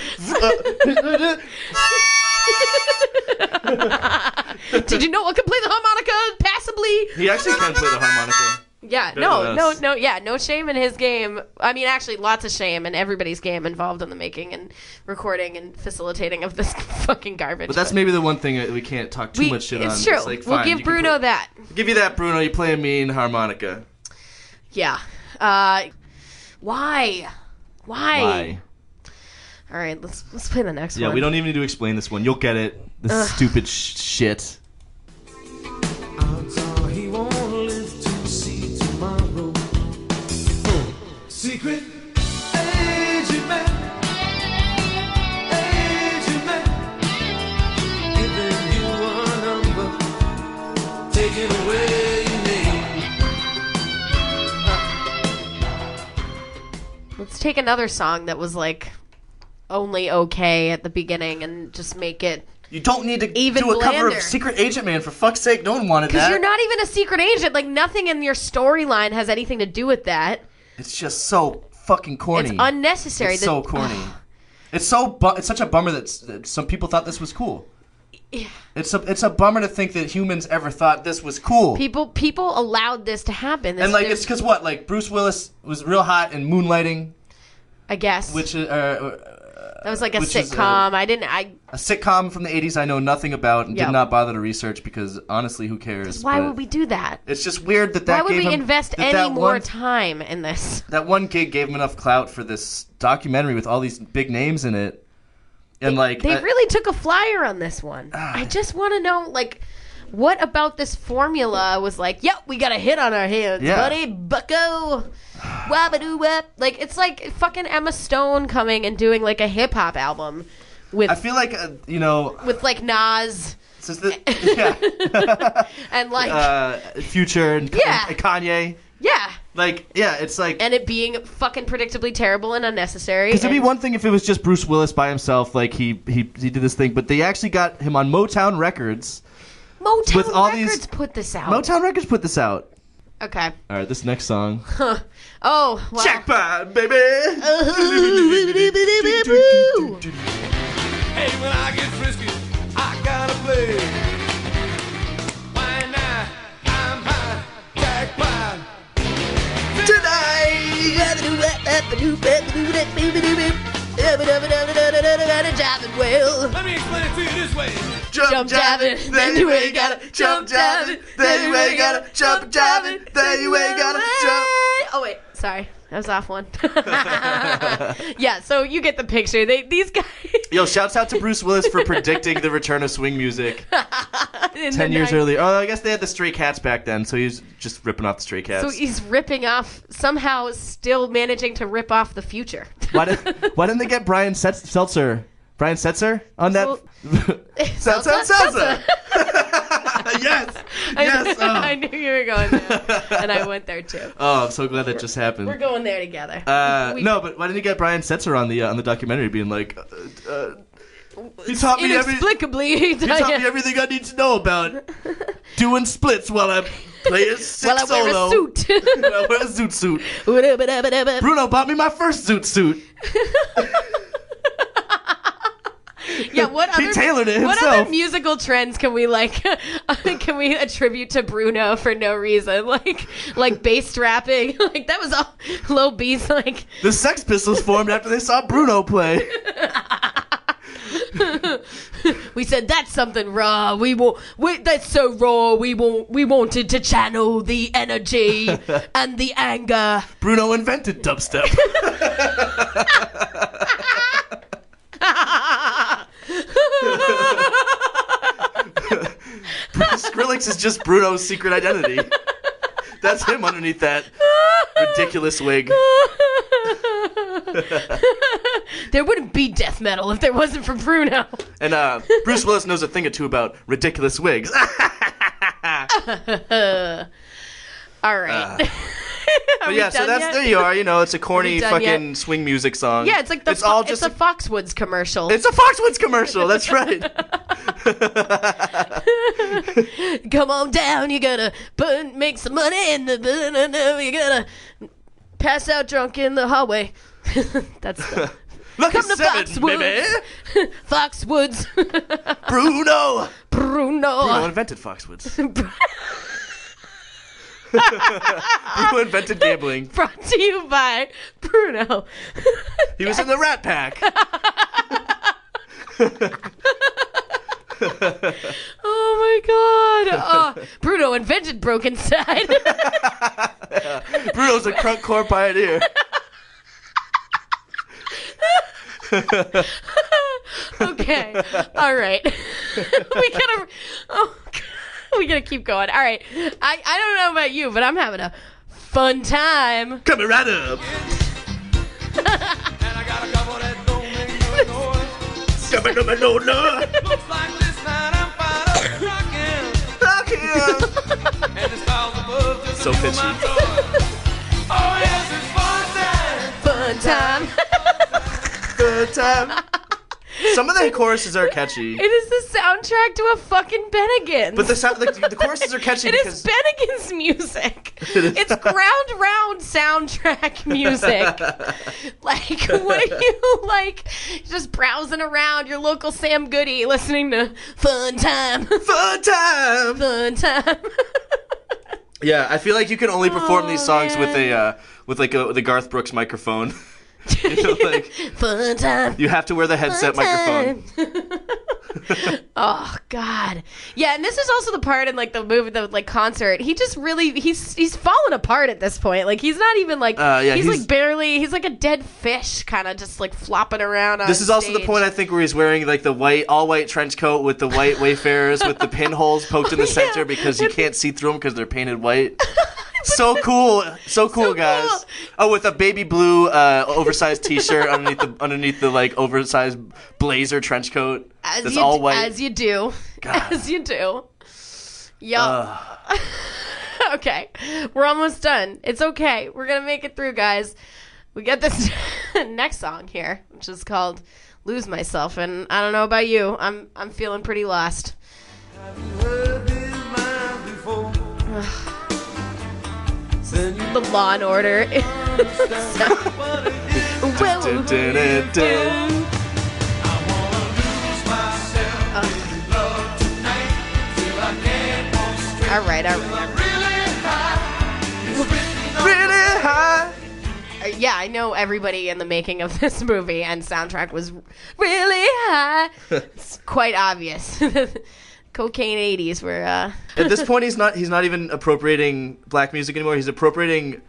[SPEAKER 1] Did you know I can play the harmonica passably?
[SPEAKER 2] he actually can play the harmonica.
[SPEAKER 1] yeah,
[SPEAKER 2] Better
[SPEAKER 1] no,
[SPEAKER 2] than
[SPEAKER 1] no,
[SPEAKER 2] us.
[SPEAKER 1] no, yeah, no shame in his game. I mean, actually, lots of shame in everybody's game involved in the making and recording and facilitating of this fucking garbage.
[SPEAKER 2] But that's maybe the one thing that we can't talk too
[SPEAKER 1] we,
[SPEAKER 2] much shit on.
[SPEAKER 1] it's true.
[SPEAKER 2] like,
[SPEAKER 1] we'll
[SPEAKER 2] fine,
[SPEAKER 1] give
[SPEAKER 2] you can
[SPEAKER 1] Bruno
[SPEAKER 2] play-
[SPEAKER 1] that.
[SPEAKER 2] Give you that, Bruno. You play a mean harmonica.
[SPEAKER 1] Yeah. Uh, why? Why? All right, let's let's play the next
[SPEAKER 2] Yeah,
[SPEAKER 1] one.
[SPEAKER 2] we don't even need to explain this one. You'll get it. This stupid sh- shit.
[SPEAKER 5] Odds are he won't live to see tomorrow. Oh, Secret agent man, agent man, giving you a number, taking away your name.
[SPEAKER 1] Let's take another song that was like only okay at the beginning and just make it
[SPEAKER 2] You don't need to
[SPEAKER 1] Even
[SPEAKER 2] do a cover
[SPEAKER 1] blander.
[SPEAKER 2] of Secret Agent Man for fuck's sake. No one wanted
[SPEAKER 1] because
[SPEAKER 2] that.
[SPEAKER 1] you're not even a secret agent. Like nothing in your storyline has anything to do with that.
[SPEAKER 2] It's just so fucking corny.
[SPEAKER 1] It's unnecessary.
[SPEAKER 2] It's
[SPEAKER 1] The-
[SPEAKER 2] so corny. it's so bu- it's such a bummer that, s- that some people thought this was cool.
[SPEAKER 1] Yeah.
[SPEAKER 2] It's a it's a bummer to think that humans ever thought this was cool.
[SPEAKER 1] People people allowed this to happen. This,
[SPEAKER 2] and like
[SPEAKER 1] there's-
[SPEAKER 2] it's because what like Bruce Willis was real hot in Moonlighting,
[SPEAKER 1] I guess
[SPEAKER 2] which is, uh,
[SPEAKER 1] that was like a
[SPEAKER 2] which is, uh,
[SPEAKER 1] sitcom. I didn't. I
[SPEAKER 2] a sitcom from the '80s I know nothing about and
[SPEAKER 1] Yeah.
[SPEAKER 2] did not bother to research because honestly, who cares?
[SPEAKER 1] why
[SPEAKER 2] but
[SPEAKER 1] would we do that?
[SPEAKER 2] It's just weird that
[SPEAKER 1] Why
[SPEAKER 2] that
[SPEAKER 1] would
[SPEAKER 2] gave
[SPEAKER 1] we
[SPEAKER 2] him-
[SPEAKER 1] invest
[SPEAKER 2] that
[SPEAKER 1] any
[SPEAKER 2] that
[SPEAKER 1] more
[SPEAKER 2] one-
[SPEAKER 1] time in this?
[SPEAKER 2] that one gig gave him enough clout for this documentary with all these big names in it, and like
[SPEAKER 1] They
[SPEAKER 2] uh,
[SPEAKER 1] really took a flyer on this one.
[SPEAKER 2] Ah.
[SPEAKER 1] I just want to know, like, what about this formula was like, yep, we got a hit on our hands,
[SPEAKER 2] Yeah.
[SPEAKER 1] buddy, bucko, wabadoo wap. Like, it's like fucking Emma Stone coming and doing, like, a hip hop album with,
[SPEAKER 2] I feel like uh, you know
[SPEAKER 1] with like, Nas
[SPEAKER 2] since the yeah.
[SPEAKER 1] and, like,
[SPEAKER 2] uh, Future and,
[SPEAKER 1] Yeah.
[SPEAKER 2] and Kanye.
[SPEAKER 1] yeah.
[SPEAKER 2] Like, yeah, it's like.
[SPEAKER 1] And it being fucking predictably terrible and unnecessary.
[SPEAKER 2] Because it'd be
[SPEAKER 1] and-
[SPEAKER 2] one thing if it was just Bruce Willis by himself, like he, he he did this thing, but they actually got him on Motown Records.
[SPEAKER 1] Motown
[SPEAKER 2] with all these-
[SPEAKER 1] Records put this out.
[SPEAKER 2] Motown Records put this out.
[SPEAKER 1] Okay.
[SPEAKER 2] All right, this next song.
[SPEAKER 1] Oh, well.
[SPEAKER 2] Jackpot, baby.
[SPEAKER 3] Hey, when I get frisky, I gotta play. Why not? I'm high, jackpot.
[SPEAKER 1] Well,
[SPEAKER 3] Let me explain it to you this way.
[SPEAKER 1] Jump jiving, then you ain't gotta jump jiving, then you ain't gotta jump jiving, then you ain't gotta jump. Oh wait, sorry, I was off one. yeah, so you get the picture. They these guys.
[SPEAKER 2] Yo, shouts out to Bruce Willis for predicting the return of swing music
[SPEAKER 1] in the
[SPEAKER 2] ten years
[SPEAKER 1] 90s.
[SPEAKER 2] earlier. Oh, I guess they had the Stray Cats back then, so he's just ripping off the Stray Cats.
[SPEAKER 1] So e- he's ripping off somehow, still managing to rip off the future.
[SPEAKER 2] Why did Why didn't they get Brian Setz- Seltzer? Brian Setzer on that?
[SPEAKER 1] Well-
[SPEAKER 2] Seltzer, Seltzer. yes.
[SPEAKER 1] I,
[SPEAKER 2] Yes.
[SPEAKER 1] I
[SPEAKER 2] Oh.
[SPEAKER 1] knew you were going there, and I went there too.
[SPEAKER 2] Oh, I'm so glad that just
[SPEAKER 1] We're
[SPEAKER 2] happened.
[SPEAKER 1] going there together.
[SPEAKER 2] Uh,
[SPEAKER 1] we-
[SPEAKER 2] no, but why didn't you get Brian Setzer on the uh, on the documentary, being like, uh, uh, he taught me every, he
[SPEAKER 1] Inexplicably, he
[SPEAKER 2] taught me everything I need to know about doing splits while I play a sick
[SPEAKER 1] Well, I wear
[SPEAKER 2] solo.
[SPEAKER 1] a suit.
[SPEAKER 2] While I wear a zoot suit. Bruno bought me my first zoot suit.
[SPEAKER 1] yeah, what
[SPEAKER 2] He
[SPEAKER 1] other
[SPEAKER 2] tailored it
[SPEAKER 1] what
[SPEAKER 2] himself.
[SPEAKER 1] other musical trends can we like can we attribute to Bruno for no reason? Like like bass rapping, like that was all low beats. Like
[SPEAKER 2] The Sex Pistols formed after they saw Bruno play.
[SPEAKER 1] we said, that's something raw. We want we, that's so raw. We want we wanted to channel the energy and the anger.
[SPEAKER 2] Bruno invented dubstep. Skrillex is just Bruno's secret identity. That's him underneath that ridiculous wig.
[SPEAKER 1] there wouldn't be death metal if there wasn't for Bruno.
[SPEAKER 2] And uh, Bruce Willis knows a thing or two about ridiculous wigs.
[SPEAKER 1] All right.
[SPEAKER 2] Ah. but yeah, so
[SPEAKER 1] done
[SPEAKER 2] that's
[SPEAKER 1] yet?
[SPEAKER 2] there you are. You know, it's a corny
[SPEAKER 1] we done
[SPEAKER 2] fucking swing music song.
[SPEAKER 1] yeah, it's like the
[SPEAKER 2] it's all just
[SPEAKER 1] it's
[SPEAKER 2] a,
[SPEAKER 1] a Foxwoods commercial.
[SPEAKER 2] it's a Foxwoods commercial. That's right.
[SPEAKER 1] Come on down, you gotta put, make some money in the you gotta pass out drunk in the hallway. that's the
[SPEAKER 2] Look
[SPEAKER 1] Come
[SPEAKER 2] at
[SPEAKER 1] to
[SPEAKER 2] seven,
[SPEAKER 1] Foxwoods.
[SPEAKER 2] baby.
[SPEAKER 1] Foxwoods.
[SPEAKER 2] Bruno.
[SPEAKER 1] Bruno.
[SPEAKER 2] Bruno invented Foxwoods. Who invented gambling?
[SPEAKER 1] Brought to you by Bruno.
[SPEAKER 2] He was in the Rat Pack.
[SPEAKER 1] oh my god. Uh, Bruno invented Broken Side.
[SPEAKER 2] Bruno's a crunk core pioneer.
[SPEAKER 1] okay. All right. we gotta. Oh, we gotta keep going. All right. I I don't know about you, but I'm having a fun time.
[SPEAKER 2] Coming right up.
[SPEAKER 3] And I got a couple that don't make no noise.
[SPEAKER 2] Coming up, no, no.
[SPEAKER 3] Looks like this night I'm fine up rocking.
[SPEAKER 2] Fuck yeah.
[SPEAKER 3] And the stars above just
[SPEAKER 2] So
[SPEAKER 3] a few of my
[SPEAKER 2] bitchy.
[SPEAKER 3] toys. Oh, yes, it's fun time.
[SPEAKER 1] Fun time.
[SPEAKER 2] Good time. Some of the choruses are catchy,
[SPEAKER 1] It is the soundtrack to a fucking Bennigan's.
[SPEAKER 2] but the sound, the, the choruses are catchy
[SPEAKER 1] It
[SPEAKER 2] because
[SPEAKER 1] is Bennigan's music.
[SPEAKER 2] It is.
[SPEAKER 1] It's ground round soundtrack music. like, what are you like? Just browsing around your local Sam Goody, listening to Fun Time,
[SPEAKER 2] fun time.
[SPEAKER 1] Fun Time.
[SPEAKER 2] Yeah, I feel like you can only perform
[SPEAKER 1] Oh,
[SPEAKER 2] these songs with a
[SPEAKER 1] man.
[SPEAKER 2] uh, with like a, the Garth Brooks microphone. you know, like
[SPEAKER 1] fun Time.
[SPEAKER 2] you have to wear the headset microphone.
[SPEAKER 1] oh God, yeah, and this is also the part in like the movie, the like concert. He just really he's he's fallen apart at this point. Like he's not even like
[SPEAKER 2] Uh, yeah,
[SPEAKER 1] he's,
[SPEAKER 2] he's-
[SPEAKER 1] like barely he's like a dead fish, kind of just like flopping around. On
[SPEAKER 2] This is also the
[SPEAKER 1] stage.
[SPEAKER 2] point I think where he's wearing like the white, all white trench coat with the white wayfarers with the pinholes poked in the
[SPEAKER 1] Oh, yeah.
[SPEAKER 2] center because you can't see through them because they're painted white. so cool, so cool,
[SPEAKER 1] cool.
[SPEAKER 2] guys. Oh, with a baby blue uh, oversized T-shirt underneath the underneath the like oversized blazer trench coat
[SPEAKER 1] as
[SPEAKER 2] that's
[SPEAKER 1] you
[SPEAKER 2] all
[SPEAKER 1] d-
[SPEAKER 2] white.
[SPEAKER 1] as you do,
[SPEAKER 2] God.
[SPEAKER 1] as you do. Yup. okay, we're almost done. It's okay. We're gonna make it through, guys. We got this next song here, which is called "Lose Myself," and I don't know about you, I'm I'm feeling pretty lost.
[SPEAKER 5] Heard this line before. Then you
[SPEAKER 1] The Law and Order.
[SPEAKER 5] what it is.
[SPEAKER 2] Dun, dun, dun, dun.
[SPEAKER 3] I wanna lose myself in love tonight. Till I can't walk straight.
[SPEAKER 1] all right, all right.
[SPEAKER 3] I'm really high. It's written on
[SPEAKER 2] Really high.
[SPEAKER 1] Uh, Yeah, I know everybody in the making of this movie and soundtrack was really high. it's quite obvious. Cocaine 80s were uh,
[SPEAKER 2] At this point, he's not he's not even appropriating black music anymore. He's appropriating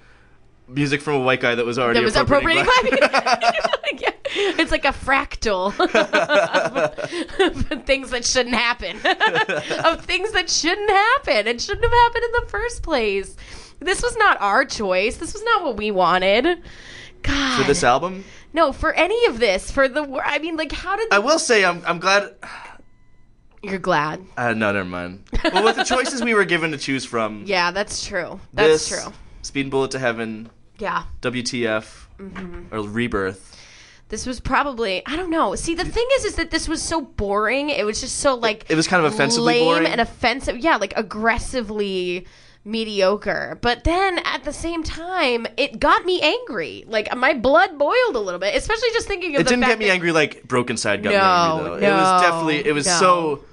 [SPEAKER 2] music from a white guy that was already
[SPEAKER 1] that was
[SPEAKER 2] appropriating
[SPEAKER 1] appropriating
[SPEAKER 2] black-
[SPEAKER 1] my music. Yeah. It's like a fractal of, of things that shouldn't happen, of things that shouldn't happen. It shouldn't have happened in the first place. This was not our choice. This was not what we wanted. God,
[SPEAKER 2] for this album.
[SPEAKER 1] no, for any of this, for the wor- I mean, like, how did
[SPEAKER 2] I will say I'm I'm glad.
[SPEAKER 1] you're glad?
[SPEAKER 2] Uh, no, never mind. But with the choices we were given to choose from,
[SPEAKER 1] Yeah, that's true. That's
[SPEAKER 2] this,
[SPEAKER 1] true.
[SPEAKER 2] Speed and Bullet to Heaven,
[SPEAKER 1] Yeah.
[SPEAKER 2] WTF,
[SPEAKER 1] Mm-hmm.
[SPEAKER 2] or Rebirth.
[SPEAKER 1] This was probably I don't know. See, the thing is, is that this was so boring. It was just so like
[SPEAKER 2] It was kind of offensively
[SPEAKER 1] lame
[SPEAKER 2] boring.
[SPEAKER 1] and offensive. Yeah, like aggressively mediocre. But then at the same time, it got me angry. Like my blood boiled a little bit, especially just thinking of
[SPEAKER 2] It
[SPEAKER 1] the
[SPEAKER 2] didn't
[SPEAKER 1] fact
[SPEAKER 2] get me
[SPEAKER 1] that-
[SPEAKER 2] angry like Broken Side got
[SPEAKER 1] No,
[SPEAKER 2] me angry though. it was
[SPEAKER 1] no,
[SPEAKER 2] definitely it was
[SPEAKER 1] no.
[SPEAKER 2] so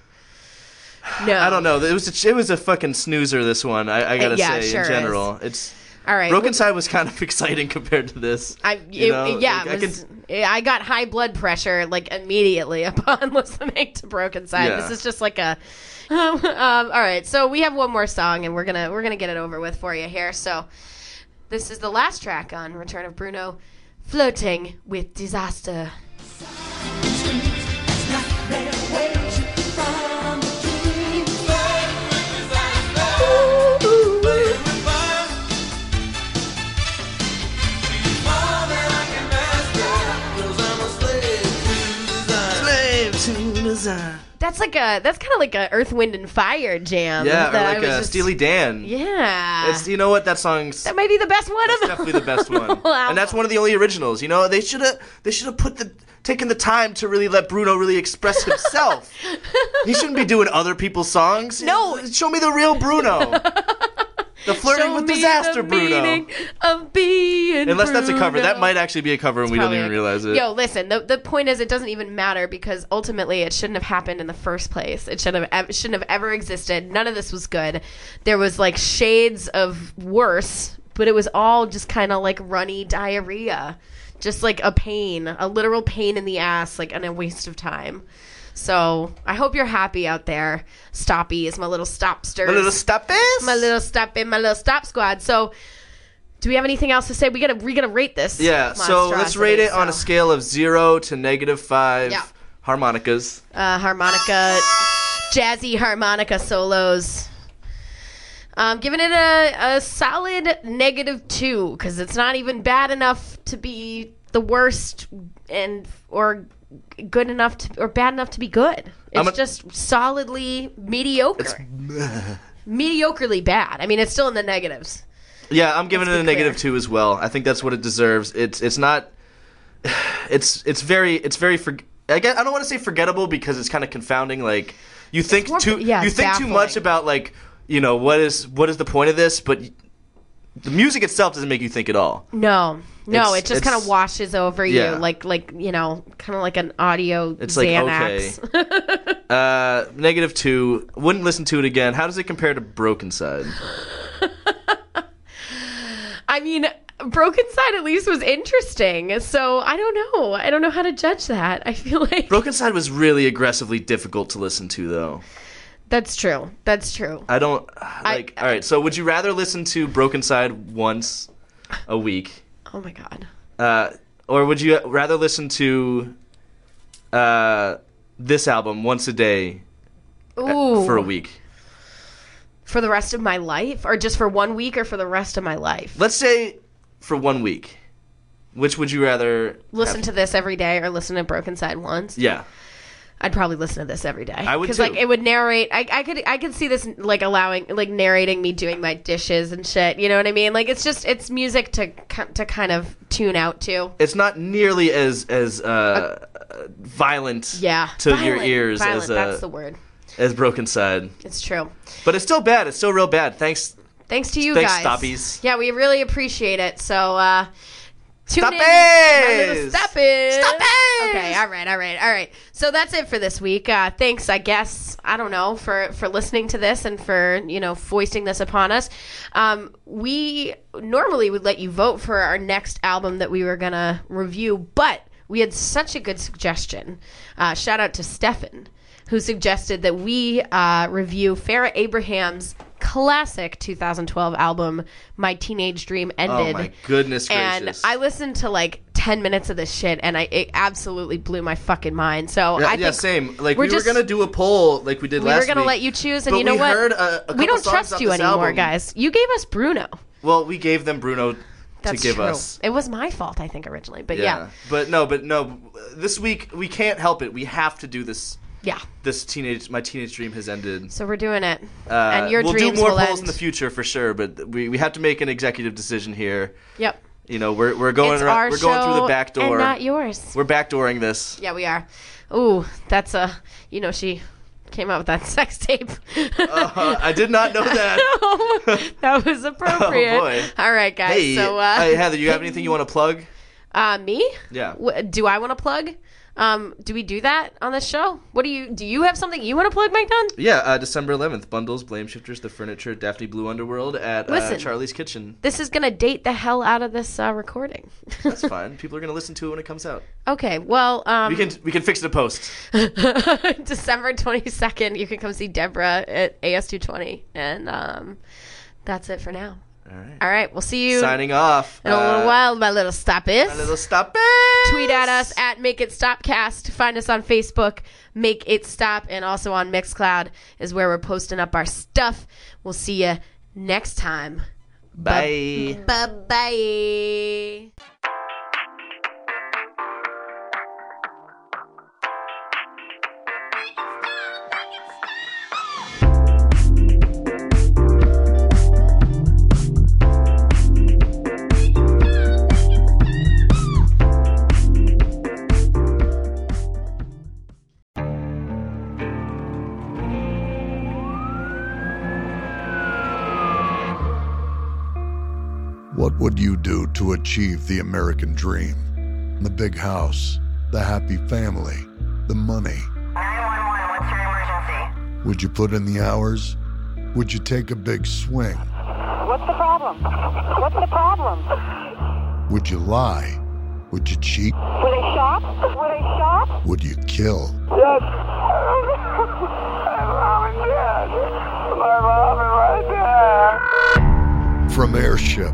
[SPEAKER 1] No,
[SPEAKER 2] I don't know. It was a, it was a fucking snoozer. This one I, I gotta
[SPEAKER 1] Yeah,
[SPEAKER 2] say
[SPEAKER 1] sure
[SPEAKER 2] in
[SPEAKER 1] is.
[SPEAKER 2] general, it's
[SPEAKER 1] All right,
[SPEAKER 2] Broken Side was kind of exciting compared to this.
[SPEAKER 1] I
[SPEAKER 2] you
[SPEAKER 1] it-
[SPEAKER 2] know,
[SPEAKER 1] yeah,
[SPEAKER 2] like,
[SPEAKER 1] it
[SPEAKER 2] I can-
[SPEAKER 1] was- I got high blood pressure like immediately upon listening to Broken Side.
[SPEAKER 2] Yeah.
[SPEAKER 1] This is just like a. um, all right, so we have one more song, and we're gonna we're gonna get it over with for you here. So, this is the last track on Return of Bruno, "Floating with Disaster." That's like a that's kind of like a Earth, Wind, and Fire jam.
[SPEAKER 2] yeah, or
[SPEAKER 1] that I
[SPEAKER 2] like
[SPEAKER 1] was
[SPEAKER 2] uh,
[SPEAKER 1] just-
[SPEAKER 2] Steely Dan.
[SPEAKER 1] Yeah,
[SPEAKER 2] It's you know what that song's
[SPEAKER 1] that might be the best one of
[SPEAKER 2] definitely the best one, and that's one of the only originals. You know, they should have they should have put the taken the time to really let Bruno really express himself. he shouldn't be doing other people's songs.
[SPEAKER 1] No.
[SPEAKER 2] show me the real Bruno. The flirting
[SPEAKER 1] Show
[SPEAKER 2] with
[SPEAKER 1] me
[SPEAKER 2] disaster,
[SPEAKER 1] the
[SPEAKER 2] Bruno.
[SPEAKER 1] meaning Of being
[SPEAKER 2] Unless that's a cover. That
[SPEAKER 1] Bruno.
[SPEAKER 2] might actually be a cover and we don't
[SPEAKER 1] Probably
[SPEAKER 2] even
[SPEAKER 1] like-
[SPEAKER 2] realize it.
[SPEAKER 1] Yo, listen. The, the point is, it doesn't even matter because ultimately, it shouldn't have happened in the first place. It should have ev- it shouldn't have ever existed. None of this was good. There was like shades of worse, but it was all just kind of like runny diarrhea, just like a pain, a literal pain in the ass, like and a waste of time. So I hope you're happy out there. Stoppy is my little stopster.
[SPEAKER 2] My little stop is.
[SPEAKER 1] my little stop in my little stop squad. So. Do we have anything else to say? We gotta we gotta rate this.
[SPEAKER 2] Yeah, so let's rate
[SPEAKER 1] monstrosity,
[SPEAKER 2] it on a
[SPEAKER 1] so.
[SPEAKER 2] scale of zero to negative five
[SPEAKER 1] Yeah.
[SPEAKER 2] harmonicas.
[SPEAKER 1] uh, harmonica, jazzy harmonica solos. Um, giving it a, a solid negative two because it's not even bad enough to be the worst and or good enough to or bad enough to be good. It's
[SPEAKER 2] I'm a-
[SPEAKER 1] just solidly mediocre. Mediocrely bad. I mean, it's still in the negatives.
[SPEAKER 2] Yeah, I'm giving
[SPEAKER 1] Let's
[SPEAKER 2] it a
[SPEAKER 1] be clear.
[SPEAKER 2] negative two as well. I think that's what it deserves. It's it's not. It's it's very it's very for. I guess, I don't want to say forgettable because it's kind of confounding. Like you think
[SPEAKER 1] more-
[SPEAKER 2] too
[SPEAKER 1] yeah,
[SPEAKER 2] you
[SPEAKER 1] it's
[SPEAKER 2] think too much
[SPEAKER 1] baffling.
[SPEAKER 2] about like you know what is what is the point of this, but y- the music itself doesn't make you think at all.
[SPEAKER 1] No, no,
[SPEAKER 2] It's-
[SPEAKER 1] it just
[SPEAKER 2] it's-
[SPEAKER 1] kind of washes over
[SPEAKER 2] Yeah.
[SPEAKER 1] you, like like you know, kind of like an audio
[SPEAKER 2] It's like,
[SPEAKER 1] Xanax.
[SPEAKER 2] Uh, negative two. Wouldn't listen to it again. How does it compare to Broken Side?
[SPEAKER 1] I mean, Broken Side at least was interesting. So I don't know. I don't know how to judge that. I feel like
[SPEAKER 2] Broken Side was really aggressively difficult to listen to, though.
[SPEAKER 1] that's true. That's true.
[SPEAKER 2] I don't like. all right, so would you rather listen to Broken Side once a week,
[SPEAKER 1] Oh my god.
[SPEAKER 2] uh, or would you rather listen to uh, this album once a day
[SPEAKER 1] Ooh.
[SPEAKER 2] Uh, for a week?
[SPEAKER 1] For the rest of my life, or just for one week, or for the rest of my life.
[SPEAKER 2] Let's say for one week. Which would you rather
[SPEAKER 1] Listen
[SPEAKER 2] have-
[SPEAKER 1] to this every day, or listen to Broken Side once.
[SPEAKER 2] Yeah,
[SPEAKER 1] I'd probably listen to this every day.
[SPEAKER 2] I would
[SPEAKER 1] because
[SPEAKER 2] too.
[SPEAKER 1] like it would narrate. I, I could I could see this like allowing like narrating me doing my dishes and shit. You know what I mean? Like it's just it's music to ki- to kind of tune out to.
[SPEAKER 2] it's not nearly as as uh, violent.
[SPEAKER 1] Yeah,
[SPEAKER 2] to your
[SPEAKER 1] Violent.
[SPEAKER 2] ears
[SPEAKER 1] Violent,
[SPEAKER 2] as
[SPEAKER 1] that's
[SPEAKER 2] uh,
[SPEAKER 1] the word.
[SPEAKER 2] as Broken Side,
[SPEAKER 1] It's true.
[SPEAKER 2] but it's still bad. It's still real bad. Thanks,
[SPEAKER 1] Thanks to you
[SPEAKER 2] Thanks,
[SPEAKER 1] guys.
[SPEAKER 2] Stoppies.
[SPEAKER 1] Yeah, we really appreciate it. So uh tune in.
[SPEAKER 2] Stoppies!
[SPEAKER 1] My little Stoppies.
[SPEAKER 2] Stoppies!
[SPEAKER 1] Okay, all right, all right, all right. So that's it for this week. Uh thanks, I guess, I don't know, for for listening to this and for, you know, foisting this upon us. Um we normally would let you vote for our next album that we were going to review, but we had such a good suggestion. Uh, shout out to Stefan, who suggested that we uh, review Farrah Abraham's classic 2012 album, My Teenage Dream
[SPEAKER 2] Oh
[SPEAKER 1] Ended.
[SPEAKER 2] my goodness
[SPEAKER 1] and
[SPEAKER 2] gracious!
[SPEAKER 1] I listened to like 10 minutes of this shit, and I, it absolutely blew my fucking mind. So
[SPEAKER 2] Yeah,
[SPEAKER 1] I
[SPEAKER 2] yeah,
[SPEAKER 1] think
[SPEAKER 2] same. Like
[SPEAKER 1] we're
[SPEAKER 2] we
[SPEAKER 1] just-
[SPEAKER 2] were gonna do a poll, like we did
[SPEAKER 1] we
[SPEAKER 2] last
[SPEAKER 1] were going to
[SPEAKER 2] week.
[SPEAKER 1] let you choose, and
[SPEAKER 2] But
[SPEAKER 1] you know
[SPEAKER 2] we
[SPEAKER 1] what?
[SPEAKER 2] heard a- a
[SPEAKER 1] we
[SPEAKER 2] couple
[SPEAKER 1] don't
[SPEAKER 2] songs
[SPEAKER 1] trust
[SPEAKER 2] off
[SPEAKER 1] you
[SPEAKER 2] this
[SPEAKER 1] anymore,
[SPEAKER 2] album.
[SPEAKER 1] guys. You gave us Bruno.
[SPEAKER 2] Well, we gave them Bruno
[SPEAKER 1] That's
[SPEAKER 2] to give
[SPEAKER 1] true.
[SPEAKER 2] us.
[SPEAKER 1] It was my fault, I think, originally. But yeah.
[SPEAKER 2] But no, but no. This week we can't help it. We have to do this.
[SPEAKER 1] Yeah.
[SPEAKER 2] This teenage, my teenage dream has ended.
[SPEAKER 1] So we're doing it.
[SPEAKER 2] Uh,
[SPEAKER 1] and your
[SPEAKER 2] we'll
[SPEAKER 1] dreams
[SPEAKER 2] do more
[SPEAKER 1] will end.
[SPEAKER 2] polls in the future for sure. But we, we have to make an executive decision here.
[SPEAKER 1] Yep.
[SPEAKER 2] You know, we're we're going
[SPEAKER 1] it's
[SPEAKER 2] around,
[SPEAKER 1] our
[SPEAKER 2] we're going
[SPEAKER 1] show
[SPEAKER 2] through the back door.
[SPEAKER 1] and not yours.
[SPEAKER 2] We're backdooring this.
[SPEAKER 1] Yeah, we are. Ooh, that's a you know she came out with that sex tape.
[SPEAKER 2] Uh, I did not know that.
[SPEAKER 1] that was appropriate.
[SPEAKER 2] Oh, boy.
[SPEAKER 1] All right, guys.
[SPEAKER 2] hey,
[SPEAKER 1] so uh,
[SPEAKER 2] hey, Heather, you have anything you want to plug?
[SPEAKER 1] uh, me?
[SPEAKER 2] Yeah.
[SPEAKER 1] Wh- do I want to plug? Um, do we do that on this show? What do you do? You have something you want to plug, Mike Dunn?
[SPEAKER 2] Yeah, uh, December 11th. Bundles, Blame Shifters, The Furniture, Daphne Blue Underworld at uh,
[SPEAKER 1] Listen.
[SPEAKER 2] Charlie's Kitchen.
[SPEAKER 1] This is gonna date the hell out of this uh, recording.
[SPEAKER 2] That's fine. People are gonna listen to it when it comes out.
[SPEAKER 1] okay. Well, um,
[SPEAKER 2] We can we can fix it a post.
[SPEAKER 1] December 22nd, you can come see Deborah at AS220. And um, that's it for now.
[SPEAKER 2] All right.
[SPEAKER 1] All right, we'll see you
[SPEAKER 2] Signing off.
[SPEAKER 1] in a little
[SPEAKER 2] Uh,
[SPEAKER 1] while, my little stop is.
[SPEAKER 2] my little stop it.
[SPEAKER 1] Tweet at us at Make It Stopcast. Find us on Facebook, Make It Stop, and also on Mixcloud is where we're posting up our stuff. We'll see you next time.
[SPEAKER 2] Bye.
[SPEAKER 1] Bye bye.
[SPEAKER 6] What would you do to achieve the American dream? The big house, the happy family, the money.
[SPEAKER 7] 911, what's your emergency?
[SPEAKER 6] Would you put in the hours? Would you take a big swing?
[SPEAKER 7] What's the problem? What's the problem?
[SPEAKER 6] Would you lie? Would you cheat?
[SPEAKER 7] Were they shot? Were they shot?
[SPEAKER 6] Would you kill?
[SPEAKER 7] Yes. My mom and dad. My mom and my dad.
[SPEAKER 6] From Airship,